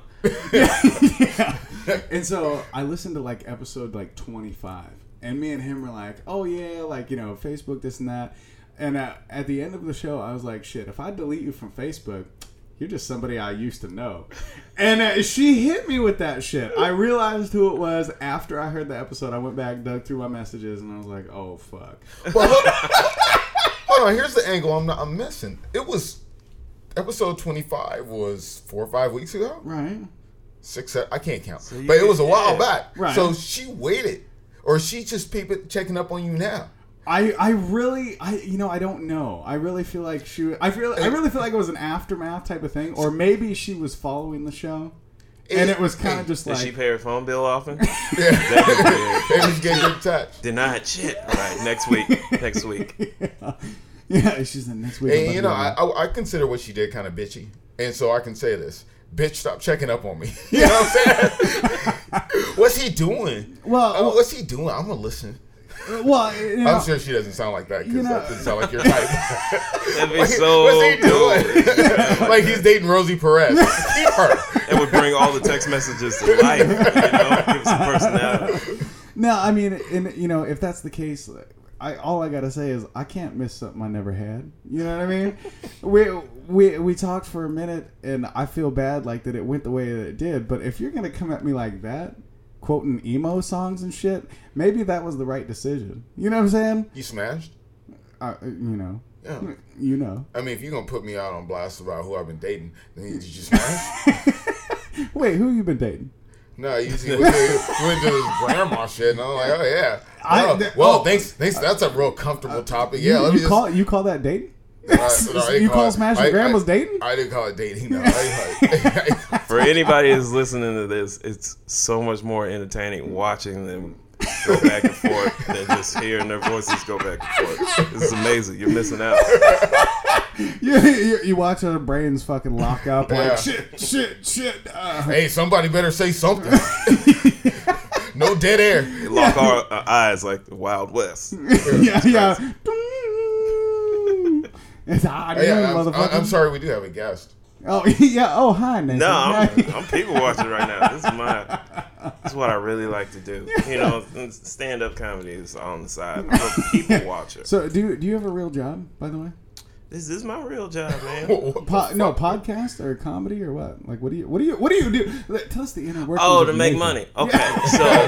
Speaker 5: and so I listened to like episode like 25, and me and him were like, oh yeah, like you know, Facebook this and that. And uh, at the end of the show, I was like, shit, if I delete you from Facebook, you're just somebody I used to know. And uh, she hit me with that shit. I realized who it was after I heard the episode. I went back, dug through my messages, and I was like, oh fuck.
Speaker 4: But look, hold on. Here's the angle I'm not, I'm missing. It was episode 25 was four or five weeks ago.
Speaker 5: Right.
Speaker 4: six, seven, I can't count.
Speaker 6: you
Speaker 4: but it was a
Speaker 6: did-
Speaker 4: while
Speaker 6: yeah.
Speaker 4: back.
Speaker 5: Right.
Speaker 4: So she waited, or she just peeping, checking up on you now.
Speaker 5: I, I really I you know I don't know I really feel like she wa- I feel I really feel like it was an aftermath type of thing or maybe she was following the show and it was kind of just
Speaker 6: Did she
Speaker 5: like
Speaker 6: pay her phone bill often?
Speaker 4: Yeah. Maybe she's getting good touch.
Speaker 6: Did not. Shit. All right. Next week. Next week.
Speaker 5: yeah she's in next week
Speaker 4: And you know, I, I I consider what she did kind of bitchy, and so I can say this. Bitch, stop checking up on me. You know what I'm saying? what's he doing?
Speaker 5: Well,
Speaker 4: Oh,
Speaker 5: well-
Speaker 4: what's he doing? I'm gonna listen.
Speaker 5: well you know,
Speaker 4: I'm sure she doesn't sound like that because
Speaker 5: You know-
Speaker 4: that doesn't sound like your type.
Speaker 6: That'd be so.
Speaker 4: what's he
Speaker 6: cool.
Speaker 4: doing? like he's dating Rosie Perez. Keep her.
Speaker 6: It would bring all the text messages to life. You know, give some personality.
Speaker 5: no I mean and you know if that's the case I all I gotta say is I can't miss something I never had you know what I mean we we we talked for a minute and I feel bad like that it went the way that it did but if you're gonna come at me like that quoting emo songs and shit maybe that was the right decision you know what I'm saying
Speaker 4: You smashed.
Speaker 5: I, you know,
Speaker 4: Yeah.
Speaker 5: you know.
Speaker 4: I mean, if you're gonna put me out on blast about who I've been dating, then you just smash.
Speaker 5: Wait, who you been dating?
Speaker 4: No, you see, we went to his grandma shit, and I'm like, oh yeah.
Speaker 5: I-
Speaker 4: Oh,
Speaker 5: th-
Speaker 4: well,
Speaker 5: oh. Uh,
Speaker 4: thanks, thanks. That's a real comfortable topic. Yeah, let me
Speaker 5: you,
Speaker 4: just.
Speaker 5: call you call that dating?
Speaker 4: I- no, I didn't
Speaker 5: you call
Speaker 4: it-
Speaker 5: smash
Speaker 4: I-
Speaker 5: your grandma's
Speaker 4: I-
Speaker 5: dating?
Speaker 4: I didn't call it dating. No, I didn't call it-
Speaker 6: For anybody that's listening to this, it's so much more entertaining watching them go back and forth than just hearing their voices go back and forth. This is amazing. You're missing out.
Speaker 5: you, you, you watch her brains fucking lock up like
Speaker 4: Yeah.
Speaker 5: shit, shit, shit. Uh,
Speaker 4: hey, somebody better say something. no dead air.
Speaker 6: They lock our, our eyes like the Wild West.
Speaker 5: yeah, yeah. Ding. It's hot,
Speaker 4: Hey,
Speaker 5: damn,
Speaker 4: I'm,
Speaker 5: motherfucker.
Speaker 4: I'm sorry, we do have a guest.
Speaker 5: Oh yeah. Oh hi, Nathan.
Speaker 6: No,
Speaker 5: Yeah.
Speaker 6: I'm, I'm people watching right now. This is my, this is what I really like to do. You know, stand up comedy is on the side. I'm a people watcher.
Speaker 5: So do you- do you have a real job, by the way?
Speaker 6: This is my real job, man.
Speaker 4: What
Speaker 5: Po- no podcast or comedy or what? Like what do you what do you what do you do? Let- Tell us the inner workings.
Speaker 6: Oh,
Speaker 5: of
Speaker 6: to make
Speaker 5: Nathan.
Speaker 6: money. Okay, so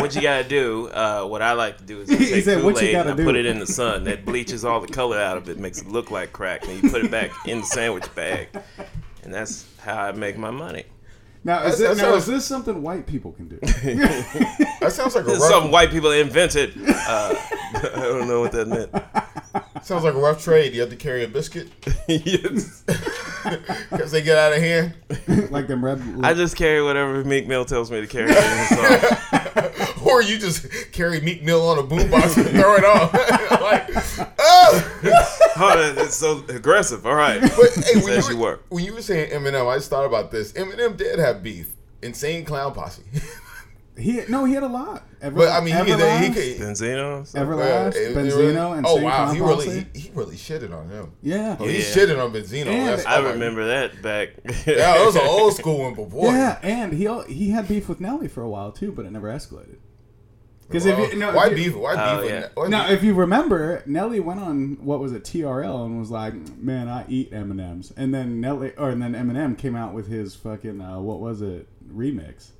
Speaker 6: what you gotta do? Uh, what I like to do is I
Speaker 5: He
Speaker 6: take
Speaker 5: said, "What you
Speaker 6: Kool-Aid and I
Speaker 5: gotta do?"
Speaker 6: put it in the sun. That bleaches all the color out of it, makes it look like crack, and you put it back in the sandwich bag, and that's how I make my money.
Speaker 5: Now is,
Speaker 4: That's-
Speaker 5: it, now,
Speaker 4: that's-
Speaker 5: is this something white people can do?
Speaker 4: the- That sounds like a
Speaker 6: This is something
Speaker 4: rough,
Speaker 6: white people invented. Uh, I don't know what that meant.
Speaker 4: sounds like a rough trade. You have to carry a biscuit
Speaker 6: Yes.
Speaker 4: because they get out of hand.
Speaker 5: like them red.
Speaker 6: I just carry whatever Meek Mill tells me to carry. in the song.
Speaker 4: Or you just carry Meek Mill on a boombox and throw it off. like, oh!
Speaker 6: oh, that- that's so aggressive. All right.
Speaker 4: But hey, when
Speaker 6: Says
Speaker 4: you,
Speaker 6: you
Speaker 4: were,
Speaker 6: were.
Speaker 4: when you were saying Eminem, I just thought about this. Eminem did have beef. Insane clown posse.
Speaker 5: he no, he had a lot. Ever,
Speaker 4: but I mean, he, could-
Speaker 5: Everlast,
Speaker 4: he could.
Speaker 6: Benzino. so-
Speaker 5: Everlast,
Speaker 4: it- it really-
Speaker 5: Benzino, and
Speaker 4: oh
Speaker 5: Shane
Speaker 4: wow, he
Speaker 5: Compton
Speaker 4: really
Speaker 5: also.
Speaker 4: he, he really shitted on him.
Speaker 5: yeah.
Speaker 4: Oh, he
Speaker 6: Yeah.
Speaker 4: shitted on Benzino.
Speaker 5: And-
Speaker 4: That's-
Speaker 6: I
Speaker 4: oh, my-
Speaker 6: remember that back.
Speaker 4: Yeah, it was an old school one, but boy,
Speaker 5: Yeah, and he al- he had beef with Nelly for a while too, but it never escalated. Because
Speaker 4: Well,
Speaker 5: if you, no, if
Speaker 4: why
Speaker 5: you-
Speaker 4: beef? Why
Speaker 6: Oh,
Speaker 4: beef?
Speaker 6: yeah.
Speaker 4: With, why
Speaker 5: Now,
Speaker 4: beef?
Speaker 5: if you remember, Nelly went on what was it TRL and was like, "Man, I eat M and M's," and then Nelly or and then Eminem came out with his fucking uh, what was it remix?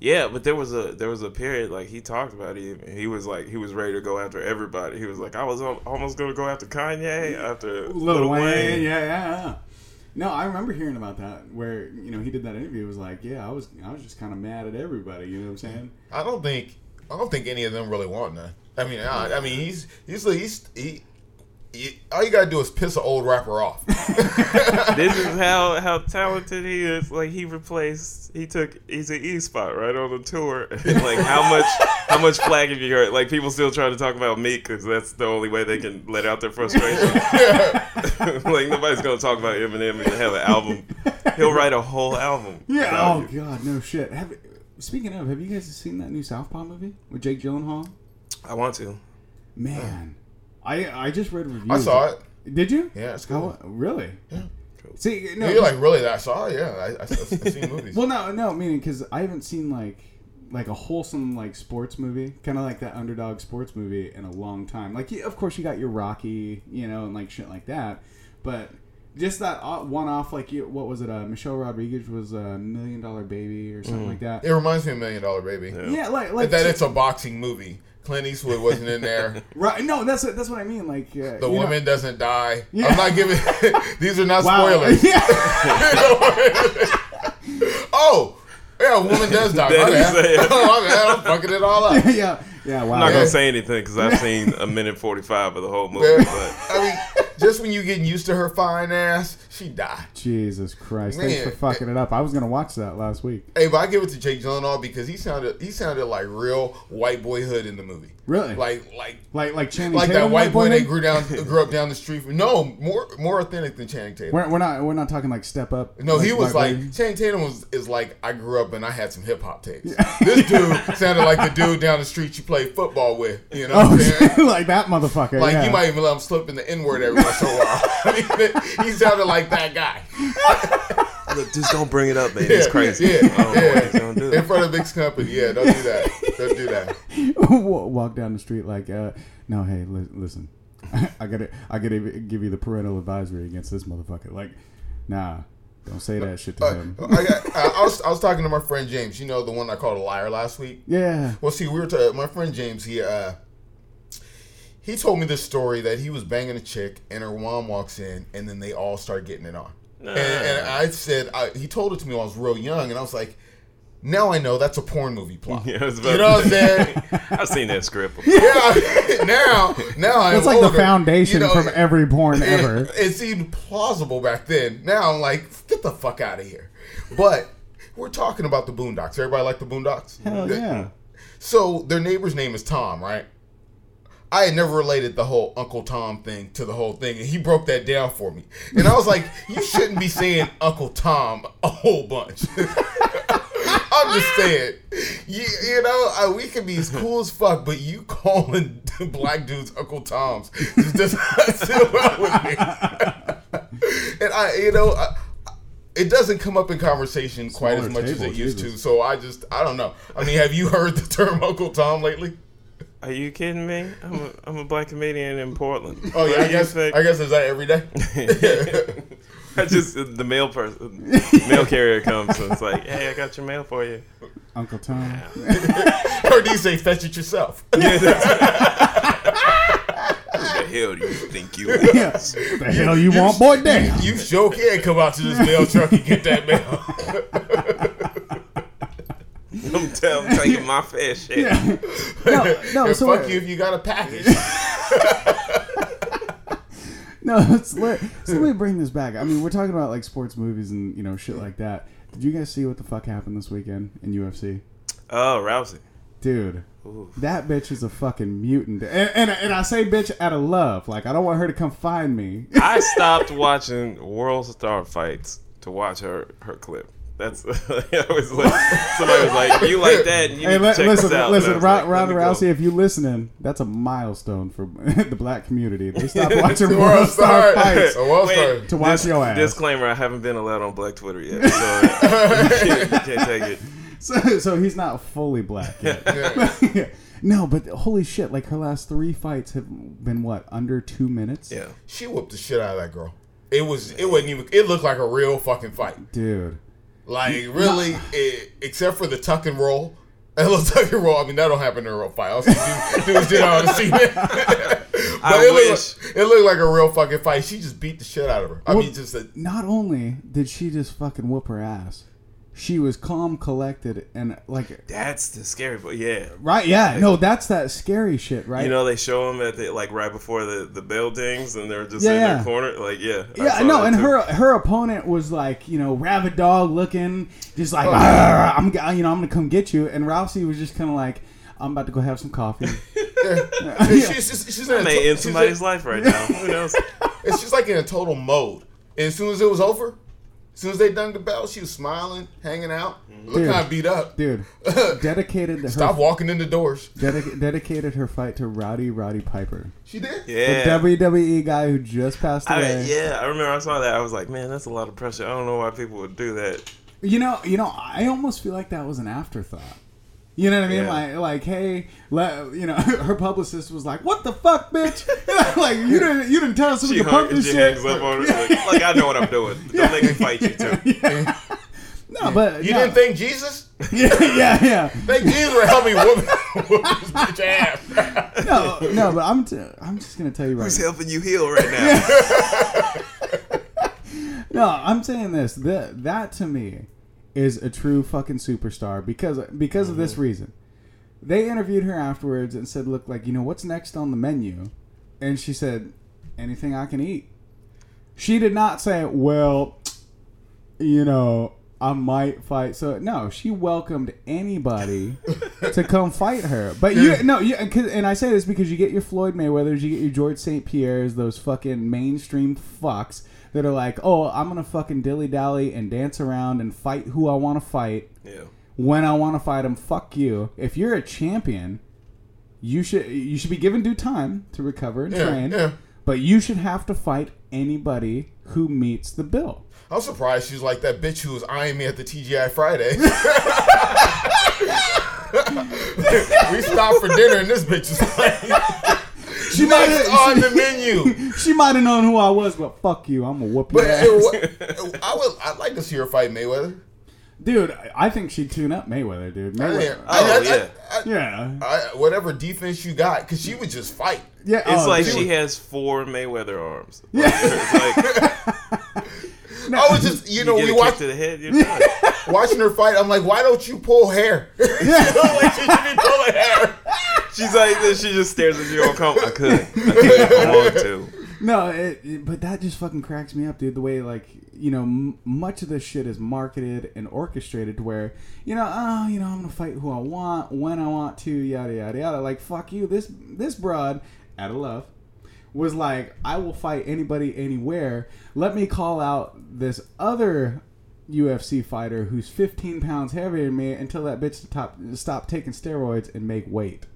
Speaker 6: Yeah, but there was a there was a period like he talked about it. and He was like he was ready to go after everybody. He was like I was al- almost gonna go after Kanye after
Speaker 5: Lil, Wayne, Yeah, yeah, yeah. No, I remember hearing about that where you know he did that interview. It was like, "Yeah, I was I was just kind of mad at everybody." You know what I'm saying?
Speaker 4: I don't think I don't think any of them really want none. I mean, I, I mean, he's he's he's he, he- all you gotta do is piss an old rapper off.
Speaker 6: This is how how talented he is. Like he replaced he took he's an E spot right on the tour. And like how much how much flag have you heard? Like people still trying to talk about Meek because that's the only way they can let out their frustration. like nobody's gonna talk about Eminem and have an album. He'll write a whole album.
Speaker 5: Yeah.
Speaker 6: about
Speaker 5: Oh
Speaker 6: you.
Speaker 5: God, no shit. Have, speaking of, have you guys seen that new Southpaw movie with Jake Gyllenhaal?
Speaker 6: I want to.
Speaker 5: Man, I I just read reviews.
Speaker 4: I saw it.
Speaker 5: Did you?
Speaker 4: Yeah, it's
Speaker 5: How-
Speaker 4: cool.
Speaker 5: really? Yeah. See, no,
Speaker 4: You're like, really? That I saw? it? Yeah, I, I, I seen movies.
Speaker 5: well, no, no, meaning because I haven't seen like like a wholesome like sports movie, kind of like that underdog sports movie in a long time. Like, yeah, of course, you got your Rocky, you know, and like shit like that, but just that one off, like, you, what was it? Uh, Michelle Rodriguez was a million dollar baby or something like that.
Speaker 4: Mm. it reminds me of Million Dollar Baby.
Speaker 5: yeah, like like
Speaker 4: That it's a boxing movie. Clint Eastwood wasn't in there.
Speaker 5: right? No, that's what- that's what I mean. Like uh,
Speaker 4: The
Speaker 5: you know-
Speaker 4: woman doesn't die.
Speaker 5: Yeah.
Speaker 4: I'm not giving. these are not
Speaker 5: Wow.
Speaker 4: spoilers.
Speaker 5: Yeah.
Speaker 4: oh, yeah, a woman does die. My
Speaker 6: That is
Speaker 4: bad.
Speaker 6: sad.
Speaker 4: My bad. I'm fucking it all up.
Speaker 5: yeah, yeah, wow.
Speaker 6: I'm not
Speaker 4: Yeah.
Speaker 6: gonna say anything because I've seen a minute forty-five of the whole movie.
Speaker 4: Man,
Speaker 6: But
Speaker 4: I mean, just when you getting used to her fine ass, she died.
Speaker 5: Jesus Christ! Thanks
Speaker 4: Man.
Speaker 5: for fucking it up. I was gonna watch that last week.
Speaker 4: Hey, but I give it to Jake Gyllenhaal because he sounded he sounded like real white boyhood in the movie.
Speaker 5: Really?
Speaker 4: Like like
Speaker 5: Like like Channing
Speaker 4: like
Speaker 5: Tatum,
Speaker 4: that white boy
Speaker 5: boyhood?
Speaker 4: that grew down grew up down the street. From, no, more more authentic than Channing Tatum.
Speaker 5: We're, we're not we're not talking like step up.
Speaker 4: No, he was like
Speaker 5: boy.
Speaker 4: Channing Tatum was is like I grew up and I had some hip hop tapes. This dude sounded like the dude down the street you played football with. You know, what I'm saying?
Speaker 5: oh, like that motherfucker.
Speaker 4: like
Speaker 5: yeah.
Speaker 4: you might even let him slip in the N word every once in a while. I mean, he sounded like that guy.
Speaker 6: look, just don't bring it up, man.
Speaker 4: Yeah,
Speaker 6: it's crazy.
Speaker 4: yeah,
Speaker 6: I don't know what he's gonna do.
Speaker 4: In front of Big Company, yeah, don't do that. Don't do that.
Speaker 5: Wa- walk down the street like, uh, no, hey, li- listen, I gotta I gotta give you the parental advisory against this motherfucker. Like, nah, don't say that shit to him.
Speaker 4: I, got, I, I was I was talking to my friend James. You know the one I called a liar last week.
Speaker 5: Yeah.
Speaker 4: Well, see, we were ta- my friend James. He uh, he told me this story that he was banging a chick, and her mom walks in, and then they all start getting it on. And, and I said, I, he told it to me when I was real young, and I was like, Now I know that's a porn movie plot.
Speaker 6: Yeah, I was about
Speaker 4: you know what
Speaker 6: to
Speaker 4: I'm saying?
Speaker 6: I've seen that script. before.
Speaker 4: yeah. now, now I'm
Speaker 5: That's like the
Speaker 4: older.
Speaker 5: foundation
Speaker 4: You know,
Speaker 5: from every porn ever.
Speaker 4: It, it seemed plausible back then. Now I'm like, get the fuck out of here. But we're talking about the Boondocks. Everybody like the Boondocks?
Speaker 5: Hell yeah.
Speaker 4: So their neighbor's name is Tom, right? I had never related the whole Uncle Tom thing to the whole thing, and he broke that down for me. And I was like, you shouldn't be saying Uncle Tom a whole bunch. I'm just saying, you, you know, I, we can be as cool as fuck, but you calling black dudes Uncle Toms is just not sit well with me. and I, you know, I, it doesn't come up in conversation quite as
Speaker 5: Smaller
Speaker 4: much as
Speaker 5: table,
Speaker 4: it used to.
Speaker 5: Jesus.
Speaker 4: So I just, I don't know. I mean, have you heard the term Uncle Tom lately?
Speaker 6: Are you kidding me? I'm a, I'm a black comedian in Portland.
Speaker 4: Oh yeah,
Speaker 6: What
Speaker 4: I
Speaker 6: do you
Speaker 4: guess.
Speaker 6: think?
Speaker 4: I guess is that every day.
Speaker 6: I just the mail person, mail carrier comes and it's like, "Hey, I got your mail for you."
Speaker 5: Uncle Tom.
Speaker 4: or do you say fetch it yourself?
Speaker 6: Who the hell do you think you are?
Speaker 5: Yeah. What the hell you want, boy? Damn.
Speaker 4: you sure can come out to this mail truck and get that mail.
Speaker 6: I'm telling, taking my fair share.
Speaker 5: Yeah. No, no,
Speaker 4: and
Speaker 5: so
Speaker 4: fuck
Speaker 5: wait.
Speaker 4: you if you got a package.
Speaker 5: No, it's lit. So let me bring this back. I mean, we're talking about like sports movies and you know shit like that. Did you guys see what the fuck happened this weekend in UFC?
Speaker 6: Oh, Rousey.
Speaker 5: Dude, that bitch is a fucking mutant. And, and and I say bitch out of love. Like I don't want her to come find me.
Speaker 6: I stopped watching World Star fights to watch her her clip. That's I was like somebody was like, "You like that? You need
Speaker 5: Hey,
Speaker 6: to
Speaker 5: li-
Speaker 6: check
Speaker 5: listen,
Speaker 6: this out." And I
Speaker 5: listen,
Speaker 6: was
Speaker 5: Ron,
Speaker 6: like,
Speaker 5: Ronda
Speaker 6: "Let me go."
Speaker 5: Rousey, if you listening, that's a milestone for the black community. They stopped watching
Speaker 4: The
Speaker 5: World Star fights
Speaker 4: A world
Speaker 6: Wait.
Speaker 4: star.
Speaker 5: to watch
Speaker 6: Dis-
Speaker 5: your ass.
Speaker 6: Disclaimer: I haven't been allowed on Black Twitter yet, so uh, you, can't, you can't take it.
Speaker 5: So, so he's not fully black yet. no, but holy shit! Like her last three fights have been what under two minutes?
Speaker 6: Yeah,
Speaker 4: She whooped the shit out of that girl. It was. It wasn't even. It looked like a real fucking fight.
Speaker 5: dude.
Speaker 4: Like really, it, except for the tuck and roll. That little tuck and roll. I mean, that don't happen in a real fight. I was like, dude, dudes did all the scene. but
Speaker 6: I
Speaker 4: it
Speaker 6: wish.
Speaker 4: Looked, it looked like a real fucking fight. She just beat the shit out of her. I mean, just a,
Speaker 5: Not only did she just fucking whoop her ass, she was calm, collected, and like
Speaker 6: that's the scary part. Yeah,
Speaker 5: right. Yeah, no, that's that scary shit, right?
Speaker 6: you know they show them at the like right before the the bell dings, and they're just
Speaker 5: Yeah,
Speaker 6: in
Speaker 5: yeah.
Speaker 6: their corner. Like, yeah, I
Speaker 5: yeah,
Speaker 6: saw
Speaker 5: no,
Speaker 6: that
Speaker 5: and
Speaker 6: too.
Speaker 5: her her opponent was like you know rabid dog looking, just
Speaker 6: Oh.
Speaker 5: like "Arr, I'm g- you know I'm gonna come get you, and Rousey was just kind of like I'm about to go have some coffee.
Speaker 4: she's, just, she's in a
Speaker 6: may
Speaker 4: to-
Speaker 6: end
Speaker 4: she's
Speaker 6: somebody's
Speaker 4: in-
Speaker 6: life right now. Who knows?
Speaker 4: It's just like in a total mode. And as soon as it was over, as soon as they done the bell, she was smiling, hanging out, looking
Speaker 5: Dude.
Speaker 4: kind of beat up.
Speaker 5: Dude, dedicated her
Speaker 4: Stop walking in the doors.
Speaker 5: dedica- dedicated her fight to Rowdy Roddy Piper,
Speaker 4: She did.
Speaker 6: Yeah.
Speaker 5: the WWE guy who just passed
Speaker 6: I
Speaker 5: away.
Speaker 6: mean, yeah, I remember I saw that. I was like, man, that's a lot of pressure. I don't know why people would do that.
Speaker 5: You know, you know, I almost feel like that was an afterthought. You know what I mean?
Speaker 6: Yeah.
Speaker 5: Like, like, hey, le, you know, her publicist was like, "What the fuck, bitch? like, you didn't, you didn't tell us we
Speaker 6: She,
Speaker 5: could pump
Speaker 6: hung,
Speaker 5: this
Speaker 6: she
Speaker 5: shit."
Speaker 6: hangs up on her. Like, like, I know what I'm doing. Don't make me fight you too.
Speaker 5: no, but
Speaker 4: You
Speaker 5: no.
Speaker 4: didn't thank Jesus?
Speaker 5: yeah, yeah, yeah.
Speaker 4: Thank Jesus for helping whoop, whoop this bitch ass.
Speaker 5: No, no, but I'm, t- I'm just gonna tell you right.
Speaker 6: Who's
Speaker 5: now.
Speaker 6: helping you heal right now?
Speaker 5: No, I'm saying this. That, that to me is a true fucking superstar because because of this reason. They interviewed her afterwards and said, "Look, like you know what's next on the menu," and she said, "Anything I can eat." She did not say, "Well, you know." I might fight. So no, she welcomed anybody to come fight her. But you no, you, 'cause- and I say this because you get your Floyd Mayweather's, you get your George St. Pierre's, those fucking mainstream fucks that are like, oh, I'm gonna fucking dilly dally and dance around and fight who I want to fight
Speaker 6: yeah.
Speaker 5: when I want to fight him. Fuck you. If you're a champion, you should you should be given due time to recover and
Speaker 4: Yeah,
Speaker 5: train.
Speaker 4: yeah.
Speaker 5: But you should have to fight anybody who meets the bill.
Speaker 4: I'm surprised she's like that bitch who was eyeing me at the TGI Friday. we stopped for dinner and this bitch is like,
Speaker 5: She might
Speaker 4: next on the
Speaker 5: have
Speaker 4: menu.
Speaker 5: she might have known who I was, but fuck you, I'm gonna whoop your
Speaker 4: But uh,
Speaker 5: ass.
Speaker 4: it, wa- I would, I'd like to see her fight Mayweather.
Speaker 5: dude, I- I think she'd tune up Mayweather, dude.
Speaker 4: I mean,
Speaker 5: Mayweather.
Speaker 4: I- I- I-
Speaker 6: Oh, yeah.
Speaker 4: I-
Speaker 5: yeah,
Speaker 4: I, whatever defense you got, because she would just fight.
Speaker 5: yeah.
Speaker 6: It's
Speaker 5: oh,
Speaker 6: like
Speaker 5: dude.
Speaker 6: she has four Mayweather arms. Like, it's like,
Speaker 4: I was just, you know,
Speaker 6: get
Speaker 4: we
Speaker 6: a kick
Speaker 4: watched
Speaker 6: to the head. You're done.
Speaker 4: watching her fight. I'm like, why don't you pull hair?
Speaker 6: You know, like, she should be pulling hair. She's like, this. she just stares at you on com- I could. I could. I want to.
Speaker 5: No, it, it- but that just fucking cracks me up, dude. The way like you know, m- much of this shit is marketed and orchestrated to where you know, oh, you know, I'm gonna fight who I want when I want to, yada yada yada. Like fuck you, this this broad out of love was like, I will fight anybody anywhere. Let me call out this other UFC fighter who's 15 pounds heavier than me until that bitch top, stop taking steroids and make weight.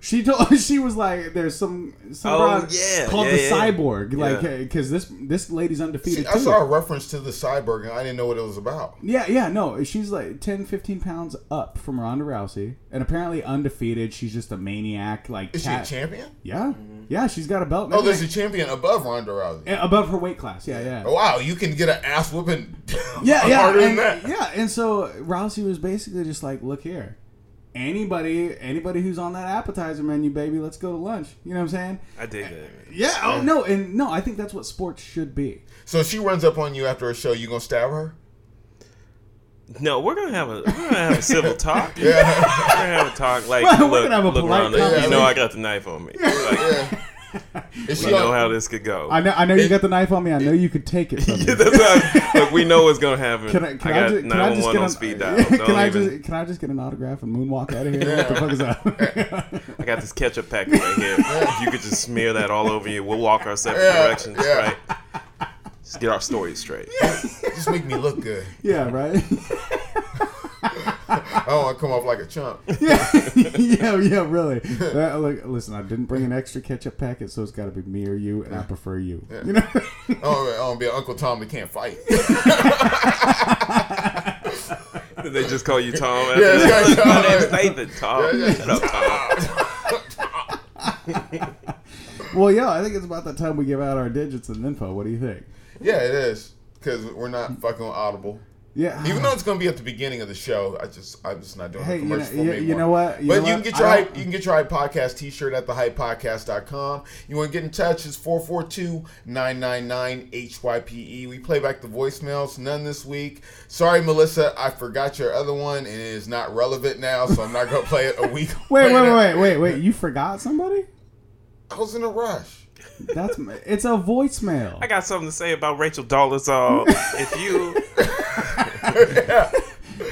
Speaker 5: She told she was like, "There's some some
Speaker 6: Oh,
Speaker 5: broad
Speaker 6: yeah,
Speaker 5: called
Speaker 6: yeah,
Speaker 5: the
Speaker 6: yeah.
Speaker 5: cyborg, like
Speaker 6: Yeah.
Speaker 5: because this this lady's undefeated
Speaker 4: See, I
Speaker 5: too.
Speaker 4: saw a reference to the cyborg, and I didn't know what it was about.
Speaker 5: Yeah, yeah, no, she's like 10, 15 pounds up from Ronda Rousey, and apparently undefeated. She's just a maniac, like
Speaker 4: Is she a
Speaker 5: cat-
Speaker 4: champion?
Speaker 5: Yeah,
Speaker 6: Mm-hmm.
Speaker 5: yeah, she's got a belt. and
Speaker 4: Oh, there's a
Speaker 5: everything.
Speaker 4: champion above Ronda Rousey.
Speaker 5: Yeah, above her weight class. Yeah, yeah.
Speaker 4: Wow, you can get an ass whooping
Speaker 5: yeah, yeah,
Speaker 4: harder
Speaker 5: and,
Speaker 4: than that.
Speaker 5: yeah. And so Rousey was basically just like, "Look here, anybody, anybody who's on that appetizer menu, baby, let's go to lunch." You know what I'm saying?
Speaker 6: I dig that.
Speaker 5: Yeah. Oh no, and no, I think that's what sports should be.
Speaker 4: So if she runs up on you after a show, you gonna stab her?
Speaker 6: No, we're gonna have a we're gonna have a civil talk. We're gonna have a talk. Like,
Speaker 5: We're
Speaker 6: look,
Speaker 5: gonna have a
Speaker 6: look,
Speaker 5: polite
Speaker 6: Rhonda, you
Speaker 4: conversation.
Speaker 6: know, I got the knife on me. Like,
Speaker 4: Is she
Speaker 6: we know
Speaker 4: gonna,
Speaker 6: how this could go.
Speaker 5: I know, I know you got the knife on me. I know you could take it from me.
Speaker 6: yeah, that's how, look, we know what's gonna happen.
Speaker 5: Can I, can I,
Speaker 6: got
Speaker 5: just, can I just
Speaker 6: 911
Speaker 5: get
Speaker 6: on
Speaker 5: an,
Speaker 6: speed dial. Don't
Speaker 5: can I
Speaker 6: even,
Speaker 5: just can I just get an autograph and moonwalk out of here? What the fuck is up?
Speaker 6: I got this ketchup packet right here. If you could just smear that all over you, we'll walk our separate
Speaker 4: Yeah,
Speaker 6: directions,
Speaker 4: yeah.
Speaker 6: right? Just get our stories straight.
Speaker 4: just make me look good?
Speaker 5: yeah, right.
Speaker 4: I don't want to come off like a chump.
Speaker 5: yeah, yeah, really. Uh, look, listen, I didn't bring an extra ketchup packet, so it's got to be me or you, and I prefer you. You know,
Speaker 4: I don't, I don't be an Uncle Tom that can't fight.
Speaker 6: Did they just call you Tom? After
Speaker 4: Yeah,
Speaker 6: that?
Speaker 4: yeah,
Speaker 6: My
Speaker 4: yeah.
Speaker 6: name's Nathan. Tom.
Speaker 4: Yeah, yeah.
Speaker 6: Shut up, Tom.
Speaker 5: well, yeah, I think it's about that time we give out our digits and info. What do you think?
Speaker 4: yeah, it is because we're not fucking audible.
Speaker 5: Yeah,
Speaker 4: Even though it's gonna be at the beginning of the show, I just I'm just not doing
Speaker 5: Hey,
Speaker 4: a
Speaker 5: you know-
Speaker 4: commercial
Speaker 5: you-
Speaker 4: for me
Speaker 5: you
Speaker 4: anymore.
Speaker 5: know what? You
Speaker 4: but
Speaker 5: know
Speaker 4: you
Speaker 5: what?
Speaker 4: can get your
Speaker 5: I
Speaker 4: hype
Speaker 5: don't-
Speaker 4: you can get your hype podcast t-shirt at thehypepodcast.com. You want to get in touch, it's 442-999-HYPE. E. We play back the voicemails, none this week. Sorry, Melissa, I forgot your other one and it is not relevant now, so I'm not gonna play it a week.
Speaker 5: wait, wait,
Speaker 4: later.
Speaker 5: wait, wait, wait. You forgot somebody?
Speaker 4: I was in a rush.
Speaker 5: That's it's a voicemail.
Speaker 6: I got something to say about Rachel Dolezal. If you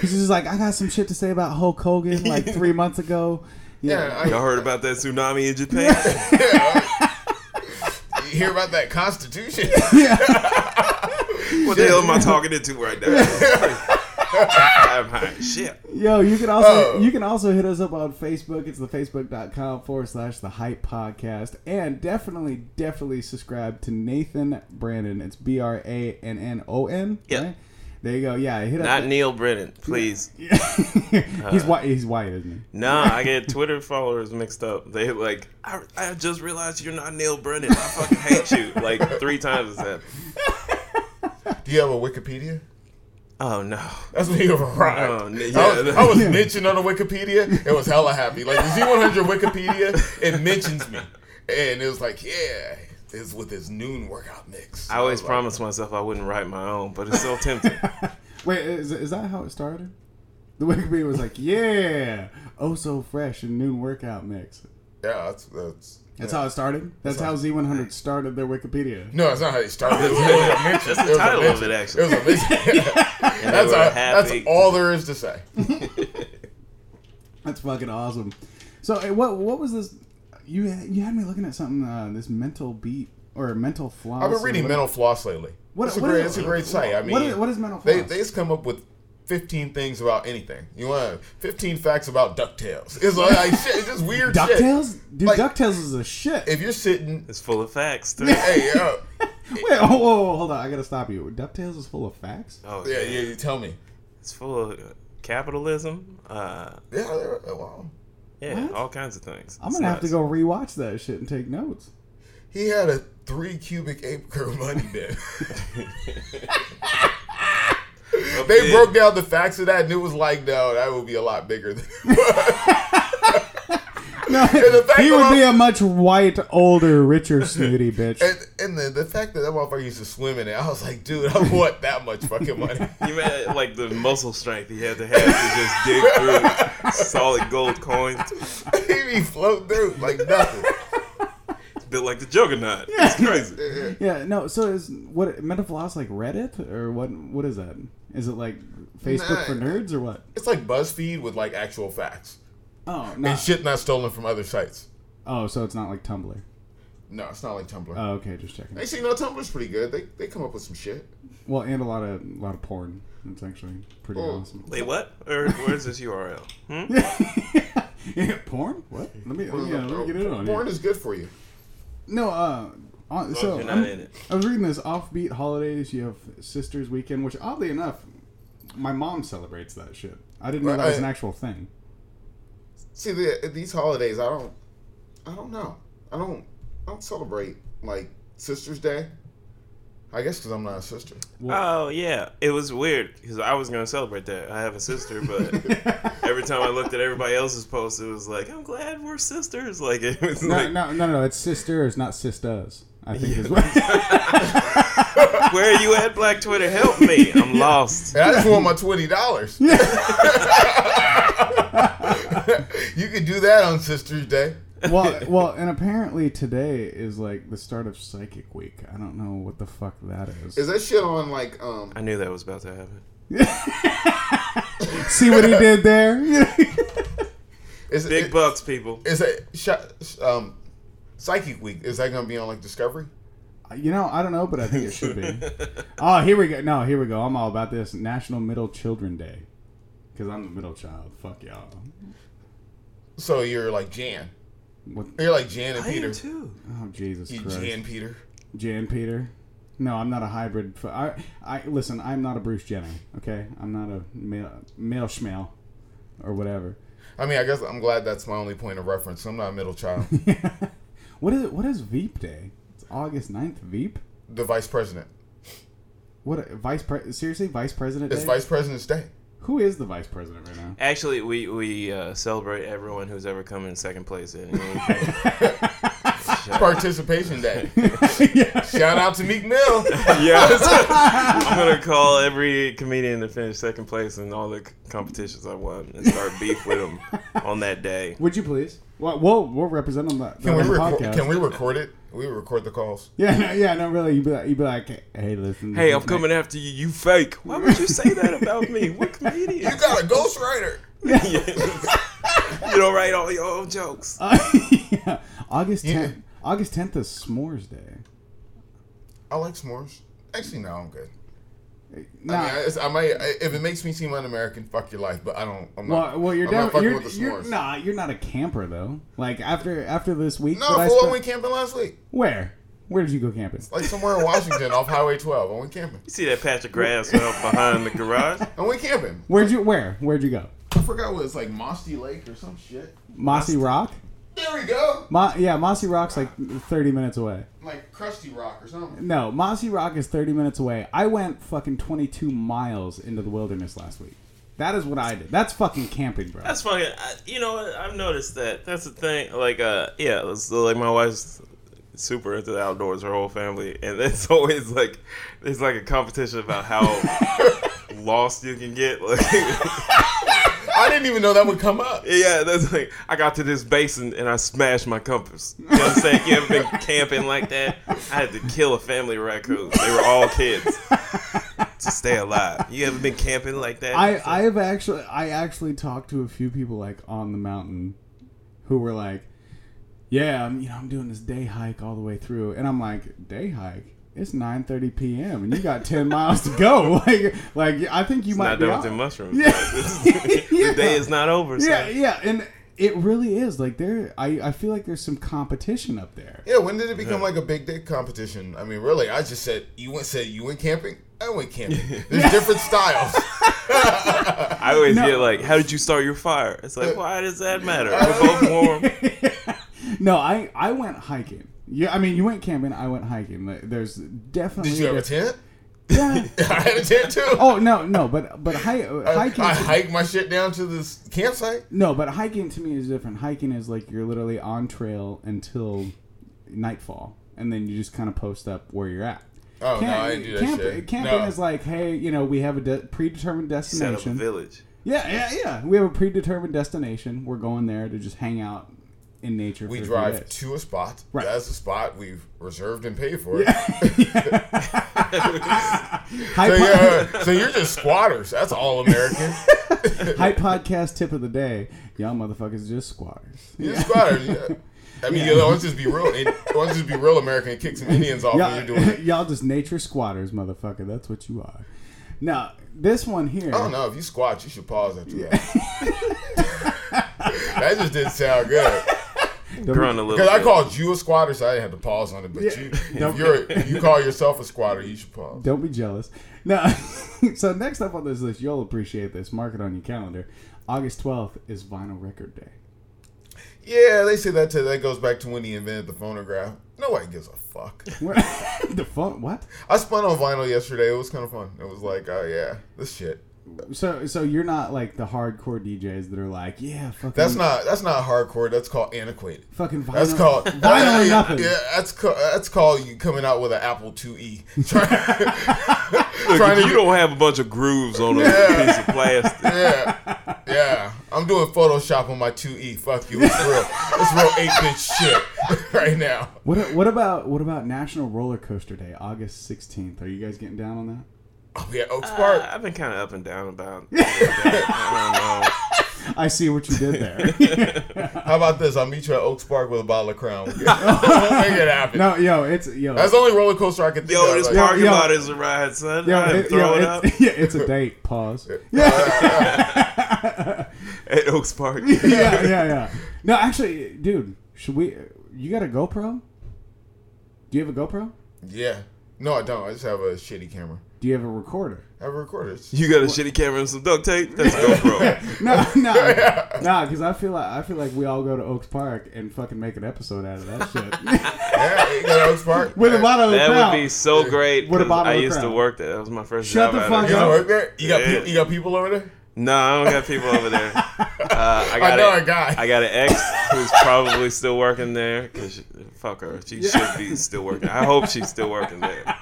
Speaker 5: He's just like, I got some shit to say about Hulk Hogan like three months ago.
Speaker 4: Yeah, I
Speaker 6: y'all heard about that tsunami in Japan,
Speaker 4: you hear about that constitution.
Speaker 6: what the hell am I talking into right now? I'm high. as Shit.
Speaker 5: Yo, you can also
Speaker 4: Oh.
Speaker 5: you can also hit us up on Facebook. It's the facebook.com forward slash the hype podcast. And definitely, definitely subscribe to Nathan Brandon. It's B R A N N O N.
Speaker 6: Yep.
Speaker 5: right? There you go. Yeah, hit
Speaker 6: Not
Speaker 5: up.
Speaker 6: Neil Brennan, please.
Speaker 5: he's white. He's white, isn't
Speaker 6: Nah, I get Twitter followers mixed up. They like, I, I just realized you're not Neil Brennan. I fucking hate you. Like three times that.
Speaker 4: Do you have a Wikipedia?
Speaker 6: Oh no.
Speaker 4: That's when you arrived.
Speaker 6: Oh, n- yeah.
Speaker 4: I was, I was mentioned on the Wikipedia. It was hella happy. Like the Z100 Wikipedia, it mentions me, and it was like, yeah, it's with his noon workout mix.
Speaker 6: I always
Speaker 4: was like,
Speaker 6: promised myself I wouldn't write my own, but it's so tempting.
Speaker 5: he? Wait, is, is that how it started? The Wikipedia was like, "Yeah, oh so fresh and noon workout mix."
Speaker 4: Yeah, that's that's.
Speaker 5: That's how it started. That's how Z100 started their Wikipedia.
Speaker 4: No, that's not how they started. It was, it was a mention.
Speaker 6: That's
Speaker 4: was a
Speaker 6: the title of
Speaker 4: mention.
Speaker 6: it, actually.
Speaker 4: It was a mention. that's,
Speaker 6: And they were
Speaker 4: all, that's
Speaker 6: happy.
Speaker 4: all there is to say.
Speaker 5: That's fucking awesome. So hey, what what was this? You you had me looking at something. Uh, this mental beat or mental floss.
Speaker 4: I've
Speaker 5: or
Speaker 4: been reading
Speaker 5: what-
Speaker 4: Mental Floss lately.
Speaker 5: What-
Speaker 4: it's, a
Speaker 5: what
Speaker 4: great,
Speaker 5: is-
Speaker 4: it's a great site. I mean,
Speaker 5: what is- what is Mental
Speaker 4: They,
Speaker 5: Floss?
Speaker 4: they just come up with 15 things about anything. You want 15 facts about Ducktales? It's like, like shit. It's just weird shit.
Speaker 5: Ducktales, dude.
Speaker 4: Like-
Speaker 5: Ducktales is a shit.
Speaker 4: if you're sitting,
Speaker 6: It's full of facts too.
Speaker 4: hey, uh,
Speaker 5: Wait, oh, whoa, whoa, whoa, hold on. I gotta stop you. Ducktales is full of facts.
Speaker 6: Oh
Speaker 4: yeah,
Speaker 6: yeah,
Speaker 4: yeah, you tell me.
Speaker 6: It's full of capitalism. Uh,
Speaker 4: Yeah, uh, wow.
Speaker 6: yeah,
Speaker 5: What?
Speaker 6: all kinds of things.
Speaker 5: I'm
Speaker 6: It's
Speaker 5: gonna have to
Speaker 6: nuts.
Speaker 5: go rewatch that shit and take notes.
Speaker 4: He had a three cubic acre money bin. they
Speaker 6: Yeah.
Speaker 4: broke down the facts of that, and it was like, no, that would be a lot bigger. Than
Speaker 5: No,
Speaker 4: the fact
Speaker 5: he would
Speaker 4: that
Speaker 5: be
Speaker 4: I'm-
Speaker 5: a much white, older, richer, snooty bitch.
Speaker 4: and, and and the, the fact that that motherfucker used to swim in it, I was like, dude, I want that much fucking money.
Speaker 6: You meant like the muscle strength he had to have to just dig through solid gold coins,
Speaker 4: he be floating through like nothing.
Speaker 6: built like the juggernaut. It's crazy.
Speaker 5: Yeah, no. So is what Metaphilosophy like Reddit or what? What is that? Is it like Facebook
Speaker 4: Nah.
Speaker 5: for nerds or what?
Speaker 4: It's like BuzzFeed with like actual facts
Speaker 5: Oh
Speaker 4: and
Speaker 5: no.
Speaker 4: shit not stolen from other sites.
Speaker 5: Oh, so it's not like Tumblr.
Speaker 4: No, it's not like Tumblr.
Speaker 5: Oh, okay, just checking.
Speaker 4: Actually, no, Tumblr's pretty good. They they come up with some shit.
Speaker 5: Well, and a lot of a lot of porn. It's actually pretty
Speaker 4: Oh.
Speaker 5: awesome.
Speaker 6: Wait, what? Or where's this URL? Hmm?
Speaker 5: Yeah, porn? What? Let me, let me, uh, let me get it on.
Speaker 4: Porn
Speaker 5: here.
Speaker 4: is good for you.
Speaker 5: No, uh, on, so
Speaker 6: you're not
Speaker 5: I'm-
Speaker 6: in it.
Speaker 5: I was reading this offbeat holidays. You have Sisters Weekend, which oddly enough, my mom celebrates that shit. I didn't know that was an
Speaker 4: Right.
Speaker 5: actual thing.
Speaker 4: See, the, these holidays, I don't, I don't know. I don't, I don't celebrate like Sisters Day. I guess because I'm not a sister.
Speaker 6: Oh yeah, it was weird because I was gonna celebrate that. I have a sister, but every time I looked at everybody else's posts, it was like, "I'm glad we're sisters." Like it was
Speaker 5: No,
Speaker 6: like,
Speaker 5: no, no, no. It's sisters, not sisters. I think is what.
Speaker 6: "Where are you at, Black Twitter? Help me! I'm lost."
Speaker 4: And I just want my twenty dollars. you could do that on Sisters Day.
Speaker 5: well, well, and apparently today is like the start of Psychic Week. I don't know what the fuck that is.
Speaker 4: Is that shit on like um?
Speaker 6: I knew that was about to happen.
Speaker 5: See what he did there?
Speaker 4: Is
Speaker 6: Big
Speaker 4: it,
Speaker 6: bucks, people.
Speaker 4: is that sh- um, Psychic Week? Is that gonna be on like Discovery?
Speaker 5: you know, I don't know, but I think it should be. oh, here we go. No, here we go. I'm all about this National Middle Children Day because I'm the middle child. Fuck y'all.
Speaker 4: So you're like Jan.
Speaker 5: What?
Speaker 4: You're like Jan and
Speaker 6: I
Speaker 4: Peter.
Speaker 6: am too.
Speaker 5: Oh Jesus
Speaker 4: You
Speaker 5: Christ,
Speaker 4: Jan
Speaker 5: Jan.
Speaker 4: Peter.
Speaker 5: Peter. No, I'm not a hybrid. fu- I, I listen. I'm not a Bruce Jenner. Okay, I'm not a male male schmale or whatever.
Speaker 4: I mean, I guess I'm glad that's my only point of reference. I'm not a middle child.
Speaker 5: What is what is Veep Day? It's August 9th, Veep.
Speaker 4: the vice president.
Speaker 5: What vice pre- seriously vice president?
Speaker 4: It's
Speaker 5: Day?
Speaker 4: Vice President's Day.
Speaker 5: Who is the vice president right now?
Speaker 6: Actually, we we uh, celebrate everyone who's ever come in second place in.
Speaker 4: Participation Day. Shout out to Meek Mill.
Speaker 6: yeah, I'm gonna call every comedian to finish second place in all the c- competitions I won and start beef with them on that day.
Speaker 5: Would you please? Well, we'll we'll represent on that
Speaker 4: Can we
Speaker 5: on the
Speaker 4: record?
Speaker 5: podcast.
Speaker 4: Can we record it? We record the calls.
Speaker 5: Yeah, no, yeah, no, really. You'd be like, you'd be like hey, listen.
Speaker 6: Hey, I'm coming after you. You fake. Why would you say that about me? What comedian?
Speaker 4: You got a ghostwriter.
Speaker 6: you don't write all your own jokes.
Speaker 5: yeah. August
Speaker 4: Yeah.
Speaker 5: 10th. August 10th is S'mores Day.
Speaker 4: I like s'mores. Actually, no, I'm good.
Speaker 5: Nah,
Speaker 4: I, mean, I, it's- I might I, if it makes me seem un-American. Fuck your life, but I don't. I'm not.
Speaker 5: well, well, you're
Speaker 4: I'm not
Speaker 5: down.
Speaker 4: fucking
Speaker 5: You're,
Speaker 4: with the
Speaker 5: you're
Speaker 4: s'mores.
Speaker 5: nah. You're not a camper though. Like after after this week.
Speaker 4: No,
Speaker 5: that I
Speaker 4: fool. I
Speaker 5: spent-
Speaker 4: went camping last week,
Speaker 5: where where did you go camping?
Speaker 4: like somewhere in Washington off Highway 12. I went camping.
Speaker 6: You see that patch of grass out behind the garage?
Speaker 4: I went camping.
Speaker 5: Where'd you where where'd you go?
Speaker 4: I forgot what it's like, Mosty Lake or some shit.
Speaker 5: Mossy Rock.
Speaker 4: There we go.
Speaker 5: Mo- yeah, Mossy Rock's like 30 minutes away.
Speaker 4: Like Krusty Rock or something.
Speaker 5: No, Mossy Rock is 30 minutes away. I went fucking 22 miles into the wilderness last week. That is what I did. That's fucking camping, bro.
Speaker 6: That's fucking. I, you know, what? I've noticed that. That's the thing. Like, uh, yeah, it's, like my wife's super into the outdoors. Her whole family, and it's always like, it's like a competition about how lost you can get. Like,
Speaker 4: I didn't even know that would come up.
Speaker 6: yeah, that's like I got to this basin and I smashed my compass. You know what I'm saying? You ever been camping like that? I had to kill a family of raccoons. They were all kids to stay alive. You ever been camping like that?
Speaker 5: I, I have actually I actually talked to a few people like on the mountain who were like, "Yeah, I'm, you know, I'm doing this day hike all the way through." And I'm like, "Day hike? It's 9:30 p.m. and you got 10 miles to go." Like like I think you might
Speaker 6: not
Speaker 5: be
Speaker 6: done
Speaker 5: off.
Speaker 6: with them mushrooms.
Speaker 5: Yeah. Yeah.
Speaker 6: The day is not over. son.
Speaker 5: Yeah, yeah, and it really is like there I I feel like there's some competition up there.
Speaker 4: Yeah, when did it become like a big dick competition? I mean, really, I just said you went said you went camping. I went camping. There's different styles.
Speaker 6: I always
Speaker 5: No.
Speaker 6: get like, "How did you start your fire?" It's like, why does that matter? We're both warm.
Speaker 5: No, I I went hiking. Yeah, I mean, you went camping. I went hiking. Like, There's definitely.
Speaker 4: Did you have a
Speaker 5: diff-
Speaker 4: tent?
Speaker 5: Yeah.
Speaker 4: I had a tent too.
Speaker 5: Oh no, no, but but hi- uh,
Speaker 4: I,
Speaker 5: hiking.
Speaker 4: I hiked my shit down to this campsite.
Speaker 5: no, but hiking to me is different. Hiking is like you're literally on trail until nightfall, and then you just kind of post up where you're at.
Speaker 4: Oh, no, I didn't do that
Speaker 5: camp-
Speaker 4: shit.
Speaker 5: Camping
Speaker 4: No.
Speaker 5: is like, hey, you know, we have a de- predetermined
Speaker 6: Set up a
Speaker 5: destination.
Speaker 6: village.
Speaker 5: Yeah, yeah, yeah. We have a predetermined destination. We're going there to just hang out in nature.
Speaker 4: We
Speaker 5: for a few
Speaker 4: drive
Speaker 5: days.
Speaker 4: to a spot.
Speaker 5: Right.
Speaker 4: That's the spot we've reserved and paid for.
Speaker 5: Hype,
Speaker 4: So,
Speaker 5: pod-
Speaker 4: yeah, so you're just squatters. That's all American.
Speaker 5: hype podcast tip of the day. Y'all motherfuckers just squatters.
Speaker 4: You're just squatters. Yeah. I mean, you know, let's just be real. It- Let's just be real American and kick some Indians off when
Speaker 5: Y'all,
Speaker 4: you're doing it.
Speaker 5: y'all just nature squatters, motherfucker. That's what you are. Now, this one here.
Speaker 4: I don't know. If you squat, you should pause after that. that just didn't sound good.
Speaker 6: Growing a little.
Speaker 4: Because I
Speaker 6: bit.
Speaker 4: called you a squatter, so I didn't have to pause on it. But you, if you're, if you call yourself a squatter, you should pause.
Speaker 5: Don't be jealous. Now, so next up on this list, you'll appreciate this. Mark it on your calendar. August 12th is Vinyl Record Day.
Speaker 4: Yeah, they say that too. That goes back to when he invented the phonograph. Nobody gives a fuck.
Speaker 5: Where- the phone? What?
Speaker 4: I spun on vinyl yesterday. It was kind of fun. It was like, oh yeah, this shit.
Speaker 5: So, so you're not like the hardcore DJs that are like, yeah, fucking.
Speaker 4: That's not that's not hardcore. That's called antiquated.
Speaker 5: Fucking vinyl.
Speaker 4: That's called
Speaker 5: vinyl or nothing.
Speaker 4: Yeah, that's ca- that's called you coming out with an Apple IIe. Trying, trying
Speaker 6: you don't have a bunch of grooves on a piece of plastic.
Speaker 4: Yeah, yeah. I'm doing Photoshop on my 2E. Fuck you. It's real. It's real eight bit shit right now.
Speaker 5: What, what about what about National Roller Coaster Day, August 16th? Are you guys getting down on that?
Speaker 4: Oh yeah, Oaks
Speaker 6: Uh,
Speaker 4: Park.
Speaker 6: I've been kind of up and down about. I
Speaker 5: I see what you did there.
Speaker 4: How about this? I'll meet you at Oaks Park with a bottle of Crown. We'll make it happen.
Speaker 5: no, yo, it's yo.
Speaker 4: That's the only roller coaster I can think
Speaker 6: don't know. Yo,
Speaker 4: of.
Speaker 6: this
Speaker 4: like-
Speaker 6: parking
Speaker 5: yo.
Speaker 6: lot is a ride, son.
Speaker 5: yo,
Speaker 6: I am
Speaker 5: it- yo,
Speaker 6: throwing up
Speaker 5: it's, yeah, it's a date. Pause. Yeah,
Speaker 6: at Oaks Park.
Speaker 5: yeah, yeah, yeah. No, actually, dude, should we? You got a GoPro? Do you have a GoPro?
Speaker 4: yeah. No, I don't. I just have a shitty camera.
Speaker 5: Do you have a recorder?
Speaker 4: I have a recorder. It's-
Speaker 6: You got a shitty camera and some duct tape? That's GoPro.
Speaker 5: No, no, no, because I feel like I feel like we all go to Oaks Park and fucking make an episode out of that shit
Speaker 4: Yeah, you go to Oaks Park.
Speaker 5: with a bottle of
Speaker 6: that
Speaker 5: Crown.
Speaker 6: would be so great.
Speaker 5: What a
Speaker 6: 'cause
Speaker 5: bottle
Speaker 6: I
Speaker 5: of
Speaker 6: used to
Speaker 5: Crown.
Speaker 6: work there. That was my first
Speaker 5: Shut
Speaker 6: job.
Speaker 5: the
Speaker 6: out of
Speaker 5: fuck
Speaker 4: You
Speaker 5: up.
Speaker 4: gonna work there? You got
Speaker 6: Yeah.
Speaker 4: peop you got people over there?
Speaker 6: No, I don't got people over there. Uh, I got
Speaker 4: know
Speaker 6: a-
Speaker 4: a guy.
Speaker 6: I got an ex who's probably still working there. 'cause she- fuck her, she should be still working. I hope she's still working there.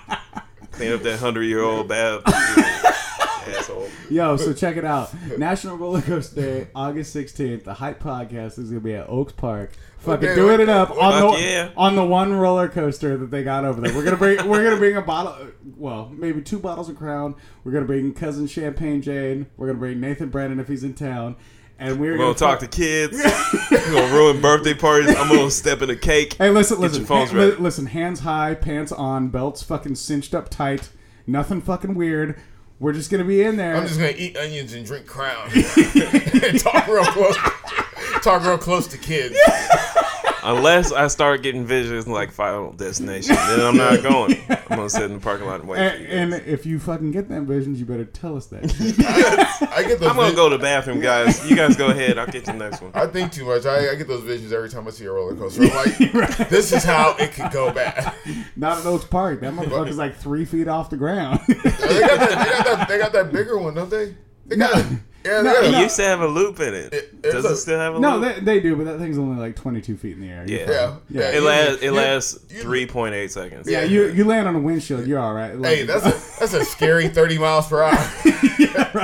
Speaker 6: Clean up that hundred-year-old bab. Asshole.
Speaker 5: Yo, so check it out. National Roller Coaster Day, August 16th. The Hype Podcast is gonna be at Oaks Park. Fucking
Speaker 4: Okay,
Speaker 5: doing it up on
Speaker 6: fuck
Speaker 5: the
Speaker 6: yeah.
Speaker 5: on the one roller coaster that they got over there. We're gonna bring we're gonna bring a bottle, well, maybe two bottles of Crown. We're gonna bring cousin Champagne Jane. We're gonna bring Nathan Brandon if he's in town, and we're,
Speaker 6: We're gonna talk to kids. We're gonna ruin birthday parties. I'm gonna step in a cake.
Speaker 5: Hey, listen,
Speaker 6: Get
Speaker 5: listen,
Speaker 6: your phones
Speaker 5: ha-
Speaker 6: ready.
Speaker 5: li- listen. Hands high, pants on, belts fucking cinched up tight. Nothing fucking weird. We're just gonna be in there.
Speaker 4: I'm just gonna eat onions and drink Crown. and talk real close. Talk real close to kids.
Speaker 6: Unless I start getting visions like Final Destination, then I'm not going. I'm gonna sit in the parking lot and wait. for you guys.
Speaker 5: and, and if you fucking get them visions, you better tell us that. shit.
Speaker 4: I get those.
Speaker 6: I'm gonna
Speaker 4: vi-
Speaker 6: go to the bathroom, guys. You guys go ahead. I'll get the next one.
Speaker 4: I think too much. I, I get those visions every time I see a roller coaster. I'm like, this is how it could go bad.
Speaker 5: Not at Oaks Park. That motherfucker's like three feet off the ground.
Speaker 4: they, got that, they, got that, they got that bigger one, don't they? They got yeah, they
Speaker 5: No,
Speaker 4: got
Speaker 6: It
Speaker 4: a-
Speaker 6: used to have a loop in it.
Speaker 4: it's
Speaker 6: Does it
Speaker 4: a-
Speaker 6: still have a
Speaker 5: no,
Speaker 6: loop?
Speaker 5: they, they do, but that thing's only like 22 feet in the air. You're
Speaker 6: Yeah.
Speaker 5: fine.
Speaker 4: yeah, yeah.
Speaker 6: it
Speaker 4: you-
Speaker 6: lasts. It
Speaker 4: you-
Speaker 6: lasts
Speaker 4: you-
Speaker 6: three point eight seconds.
Speaker 4: Yeah,
Speaker 5: You you land on a windshield, you're all right. Like,
Speaker 4: Hey, that's a that's a scary thirty miles per hour.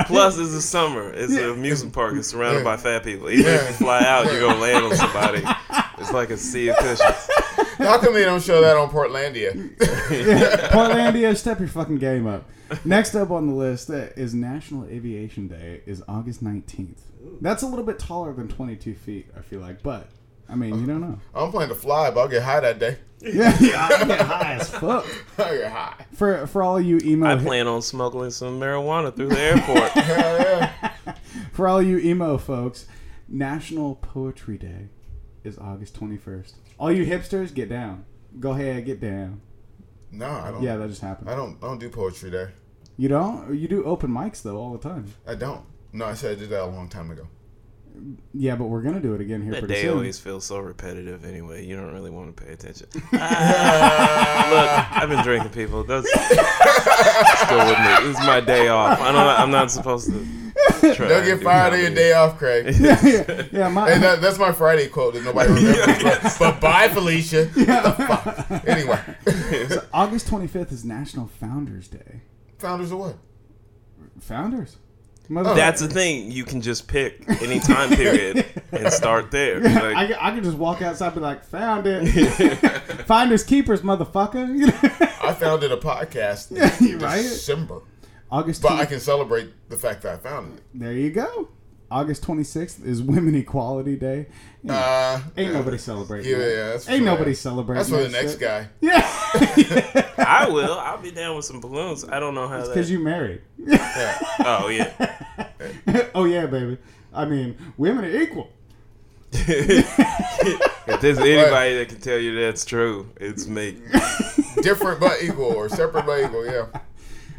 Speaker 6: Plus, it's the summer. It's an amusement park. It's surrounded by fat people. Even
Speaker 4: Yeah.
Speaker 6: if you fly out, you're gonna land on somebody. It's like a sea of cushions.
Speaker 4: How come they don't show that on Portlandia?
Speaker 5: Portlandia, step your fucking game up. Next up on the list uh, is National Aviation Day is August 19th. That's a little bit taller than 22 feet, I feel like, but I mean, you don't know.
Speaker 4: I'm planning to fly, but I'll get high that day.
Speaker 5: Yeah, yeah, I get high as fuck.
Speaker 4: I'll get high.
Speaker 5: For for all you emo
Speaker 6: I plan on smuggling some marijuana through the airport.
Speaker 4: Hell yeah.
Speaker 5: for all you emo folks, National Poetry Day is August 21st. All you hipsters, get down. Go ahead, get down.
Speaker 4: No, I don't.
Speaker 5: Yeah, that just happened.
Speaker 4: I don't. I don't do poetry there.
Speaker 5: You don't? You do open mics though all the time.
Speaker 4: I don't. No, I said I did that a long time ago.
Speaker 5: Yeah, but we're gonna do it again here
Speaker 6: that
Speaker 5: pretty
Speaker 6: day
Speaker 5: soon.
Speaker 6: always feels so repetitive. Anyway, you don't really want to pay attention. Ah, look, I've been drinking, people. That's still with me. This is my day off. I don't. I'm not supposed to. Try
Speaker 4: Don't
Speaker 6: and
Speaker 4: get
Speaker 6: do
Speaker 4: fired on your
Speaker 6: comedy.
Speaker 4: day off, Craig.
Speaker 5: yeah, yeah, my,
Speaker 4: Hey, that, that's my Friday quote that nobody remembers. but, but bye, Felicia. What the fuck? Anyway,
Speaker 5: August 25th is National Founders Day.
Speaker 4: founders of what?
Speaker 5: Founders.
Speaker 4: Oh.
Speaker 5: Mother-
Speaker 6: That's the thing. You can just pick any time period and start there. Like,
Speaker 5: I, could- I could just walk outside and be like, found it. Finders keepers, motherfucker. You know?
Speaker 4: I founded a podcast in
Speaker 5: You're right.
Speaker 4: December,
Speaker 5: August
Speaker 4: but I
Speaker 5: 20-
Speaker 4: can celebrate the fact that I founded it.
Speaker 5: There you go. August 26th is Women Equality Day. You know,
Speaker 4: Uh,
Speaker 5: ain't nobody celebrating.
Speaker 4: yeah,
Speaker 5: that.
Speaker 4: yeah, that's
Speaker 5: Ain't
Speaker 4: for-
Speaker 5: nobody celebrating.
Speaker 4: That's for the
Speaker 5: that
Speaker 4: next
Speaker 5: shit.
Speaker 4: guy.
Speaker 5: Yeah.
Speaker 6: I will. I'll be down with some balloons. I don't know how that.
Speaker 5: Because you married.
Speaker 6: oh yeah.
Speaker 5: oh, yeah, baby. I mean, women are equal.
Speaker 6: If there's anybody that can tell you that's true, it's me.
Speaker 4: Different but equal, or separate but equal. Yeah.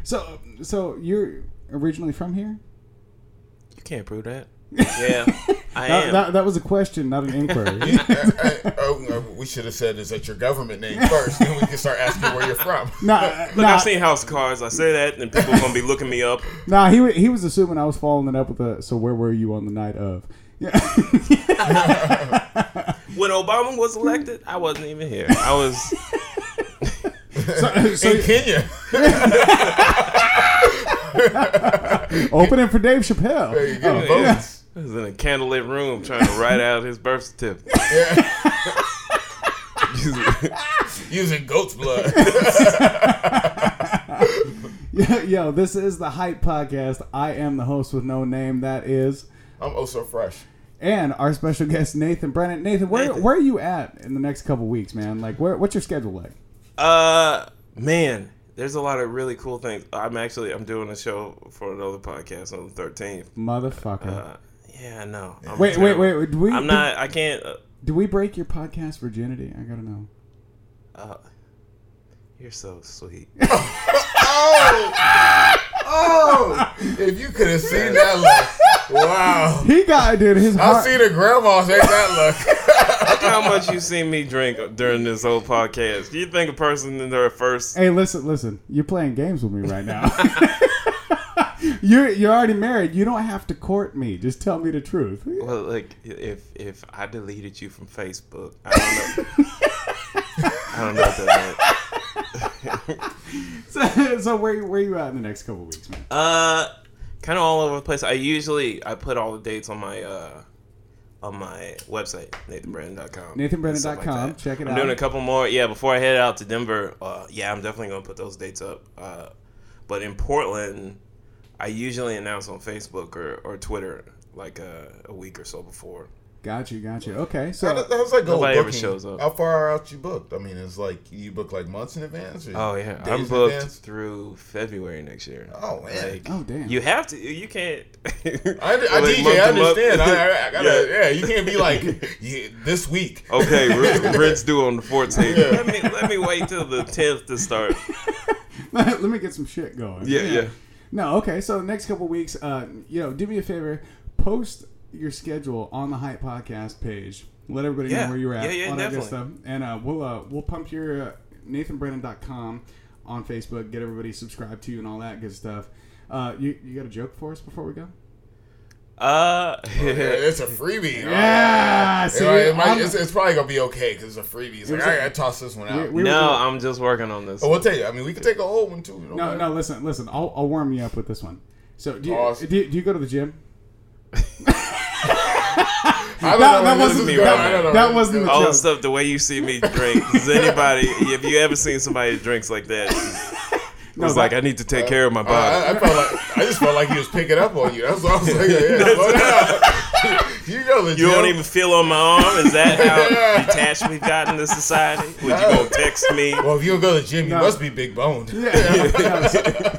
Speaker 5: So, so you're originally from here?
Speaker 6: You can't prove that. Yeah, I
Speaker 5: That,
Speaker 6: am.
Speaker 5: that, that was a question, not an inquiry.
Speaker 4: Uh, uh, oh, uh, we should have said, "Is that your government name first? Then we can start asking where you're from.
Speaker 5: nah,
Speaker 6: Look,
Speaker 5: nah,
Speaker 6: I've seen House of Cards. I say that, and people gonna be looking me up.
Speaker 5: nah, he, wa- he was assuming I was following it up with a, so where were you on the night of? Yeah.
Speaker 6: When Obama was elected, I wasn't even here. I was.
Speaker 5: uh, so,
Speaker 4: In
Speaker 5: so
Speaker 4: Kenya.
Speaker 5: opening for Dave Chappelle.
Speaker 4: There you go.
Speaker 5: Oh,
Speaker 4: Votes.
Speaker 5: yeah.
Speaker 6: I was in a candlelit room trying to write out his birth certificate.
Speaker 4: Using goat's blood.
Speaker 5: Yo, yo, this is the Hype Podcast. I am the host with no name. That is,
Speaker 4: I'm oh so fresh.
Speaker 5: and our special guest Nathan Brennan. Nathan, where
Speaker 6: Nathan.
Speaker 5: where are you at in the next couple weeks, man? Like, where what's your schedule like?
Speaker 6: Uh, man, there's a lot of really cool things. I'm actually I'm doing a show for another podcast on the 13th.
Speaker 5: Motherfucker.
Speaker 6: Uh, yeah, I know. I'm
Speaker 5: wait, wait,
Speaker 6: terrible.
Speaker 5: wait, wait. Do we
Speaker 6: I'm not. I can't. Uh,
Speaker 5: Do, do we break your podcast virginity? I gotta know.
Speaker 6: uh, you're so sweet.
Speaker 4: Oh! Oh! If you could have seen that look. Wow.
Speaker 5: He got dude. His
Speaker 4: I
Speaker 5: heart.
Speaker 4: see the grandma say that look.
Speaker 6: Look how much you seen me drink during this whole podcast. Do you think a person in their first?
Speaker 5: Hey, listen, listen. You're playing games with me right now. you're you're already married. You don't have to court me. Just tell me the truth.
Speaker 6: Well, like if if I deleted you from Facebook, I don't know. I don't know what that meant.
Speaker 5: So, so where where you at in the next couple weeks, man?
Speaker 6: Uh, kind of all over the place. I usually I put all the dates on my uh on my website nathanbrandon.com.
Speaker 5: NathanBrennan.com.
Speaker 6: Stuff that.
Speaker 5: Check it
Speaker 6: I'm
Speaker 5: out.
Speaker 6: doing a couple more. Yeah, before I head out to Denver. Uh, yeah, I'm definitely gonna put those dates up. Uh, but in Portland, I usually announce on Facebook or, or Twitter like uh, a week or so before.
Speaker 5: Got you, got you. Okay,
Speaker 4: How
Speaker 5: so
Speaker 4: does- How's that go? with
Speaker 6: Nobody ever
Speaker 4: booking?
Speaker 6: shows up.
Speaker 4: How far out you booked? I mean, it's like you book like months in advance. Or
Speaker 6: Oh yeah,
Speaker 4: days
Speaker 6: I'm
Speaker 4: in
Speaker 6: booked
Speaker 4: advance?
Speaker 6: through February next year.
Speaker 4: Oh, man.
Speaker 6: Like,
Speaker 5: oh damn,
Speaker 6: You have to. You can't.
Speaker 4: I, I
Speaker 6: Like,
Speaker 4: DJ,
Speaker 6: month
Speaker 4: I
Speaker 6: to month.
Speaker 4: understand. I, I- I gotta,
Speaker 6: Yeah. Oh,
Speaker 4: yeah. you can't be like yeah, this week.
Speaker 6: Okay, re- rent's due on the 14th. Let me let me wait till the 10th to start.
Speaker 5: let me get some shit going.
Speaker 6: Yeah, yeah.
Speaker 5: No, okay. So next couple weeks, uh, you know, do me a favor, post your schedule on the Hype Podcast page. Let everybody
Speaker 6: Yeah.
Speaker 5: know where you're at.
Speaker 6: Yeah, yeah,
Speaker 5: all that good
Speaker 6: definitely.
Speaker 5: stuff. And uh, we'll uh, we'll pump your uh, NathanBrennan.com on Facebook. Get everybody subscribed to you and all that good stuff. Uh, you you got a joke for us before we go?
Speaker 6: Uh,
Speaker 4: Yeah, it's a freebie.
Speaker 5: Yeah,
Speaker 4: Alright.
Speaker 5: Ah, see,
Speaker 4: Alright, it might-
Speaker 5: I'm-
Speaker 4: it's, it's probably gonna be okay because it's a freebie. It's like,
Speaker 5: was
Speaker 4: all
Speaker 5: a-
Speaker 4: right, I toss this one out.
Speaker 5: we-
Speaker 6: no, I'm just working on this.
Speaker 4: Oh, we'll tell you. I mean, we can take a whole one too.
Speaker 5: No, no. Listen, listen. I'll, I'll warm you up with this one. So do you,
Speaker 4: Awesome.
Speaker 5: do, you do you go to the gym?
Speaker 4: I
Speaker 5: That,
Speaker 4: don't know
Speaker 5: that
Speaker 4: where this
Speaker 5: wasn't
Speaker 4: is
Speaker 5: that,
Speaker 4: going. I don't know where
Speaker 5: that
Speaker 4: this
Speaker 5: wasn't
Speaker 4: is
Speaker 5: the
Speaker 4: going.
Speaker 6: All
Speaker 5: joke.
Speaker 6: the stuff, the way you see me drink. Does anybody, if you ever seen somebody that drinks like that, it's
Speaker 5: No,
Speaker 6: like
Speaker 5: that-
Speaker 6: I need to take care of my body.
Speaker 4: Uh, I, I felt like I just felt like he was picking up on you. That's what I was like. Yeah, yeah, slow down. you go to the
Speaker 6: you
Speaker 4: gym.
Speaker 6: don't even feel on my arm. Is that how detached we've gotten to society? Would you go text me? I
Speaker 4: Well, if you don't go to the gym, you
Speaker 5: No.
Speaker 4: must be big boned.
Speaker 5: Yeah, yeah.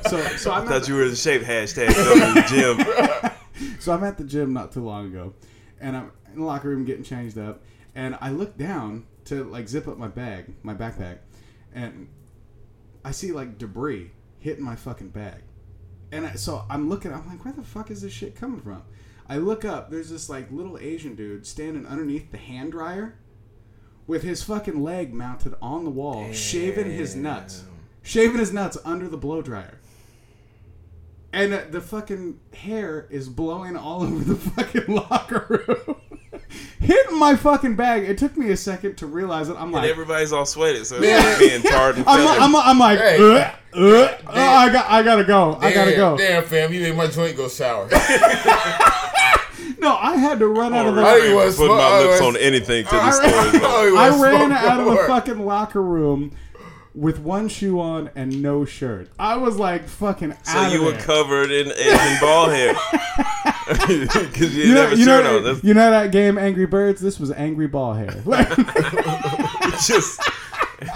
Speaker 5: so, so I'm at
Speaker 6: thought you were in shape. Hashtag go to the gym.
Speaker 5: So I'm at the gym not too long ago, and I'm in the locker room getting changed up, and I look down to like zip up my bag, my backpack, and I see like debris hitting my fucking bag, and I, so I'm looking. I'm like, where the fuck is this shit coming from? I look up. There's this like little Asian dude standing underneath the hand dryer, with his fucking leg mounted on the wall, shaving his nuts, shaving his nuts under the blow dryer. And uh, the fucking hair is blowing all over the fucking locker room. Hitting my fucking bag. It took me a second to realize it. I'm
Speaker 6: And
Speaker 5: like,
Speaker 6: everybody's all sweaty, so it's like being tarred and
Speaker 5: I'm,
Speaker 6: feathered.
Speaker 5: I'm, I'm like,
Speaker 4: Hey.
Speaker 5: "Uh, uh, oh, I got, I gotta go. I gotta
Speaker 4: Damn-
Speaker 5: go.
Speaker 4: Damn, fam, you made my joint go sour. Oh,
Speaker 5: No, I had to run out of the.
Speaker 4: I
Speaker 6: Already
Speaker 4: didn't want to
Speaker 6: putting
Speaker 4: smoke-
Speaker 6: my
Speaker 4: I
Speaker 6: lips
Speaker 4: was-
Speaker 6: on anything to
Speaker 4: I
Speaker 6: this
Speaker 4: ran-
Speaker 6: story.
Speaker 4: oh,
Speaker 6: but-
Speaker 4: he
Speaker 5: I
Speaker 4: was
Speaker 5: ran
Speaker 4: so
Speaker 5: out of the
Speaker 4: bored.
Speaker 5: fucking locker room with one shoe on and no shirt. I was like fucking
Speaker 6: So
Speaker 5: out
Speaker 6: you
Speaker 5: of
Speaker 6: were
Speaker 5: there.
Speaker 6: covered in, in ball hair because you
Speaker 5: you
Speaker 6: didn't
Speaker 5: know,
Speaker 6: have a
Speaker 5: you,
Speaker 6: shirt
Speaker 5: know,
Speaker 6: on. That's
Speaker 5: you know that game Angry Birds? This was Angry Ball Hair. Like,
Speaker 6: just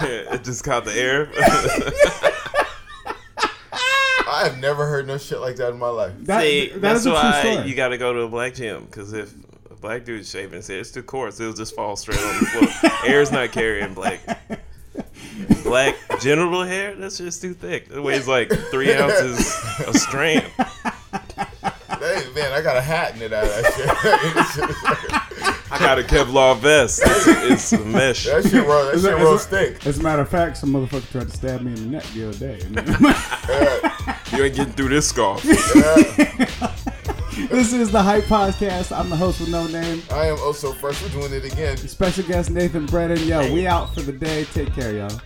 Speaker 6: it just caught the air.
Speaker 4: I have never heard no shit like that in my life.
Speaker 5: that,
Speaker 6: See,
Speaker 5: that
Speaker 6: that's
Speaker 5: is a true
Speaker 6: why
Speaker 5: story.
Speaker 6: you got to go to a black gym because if a black dude's shaving his hair, it's too coarse. It'll just fall straight on the floor. Air's not carrying black. Black genital hair, that's just too thick. It weighs like three ounces a strand.
Speaker 4: Hey, man, I got a hat in it out of that shit.
Speaker 6: I got a Kevlar vest. It's, it's a mesh.
Speaker 4: that shit roll, that
Speaker 5: As a-
Speaker 4: shit
Speaker 5: as
Speaker 4: roll
Speaker 5: a-
Speaker 4: stick.
Speaker 5: As a matter of fact, some motherfucker tried to stab me in the neck the other day. And then-
Speaker 6: You ain't getting through this scarf.
Speaker 5: this is the Hype Podcast. I'm the host with no name.
Speaker 4: I am also oh fresh. We're doing it again.
Speaker 5: Special guest Nathan Brennan. Yo, we out for the day. Take care, y'all.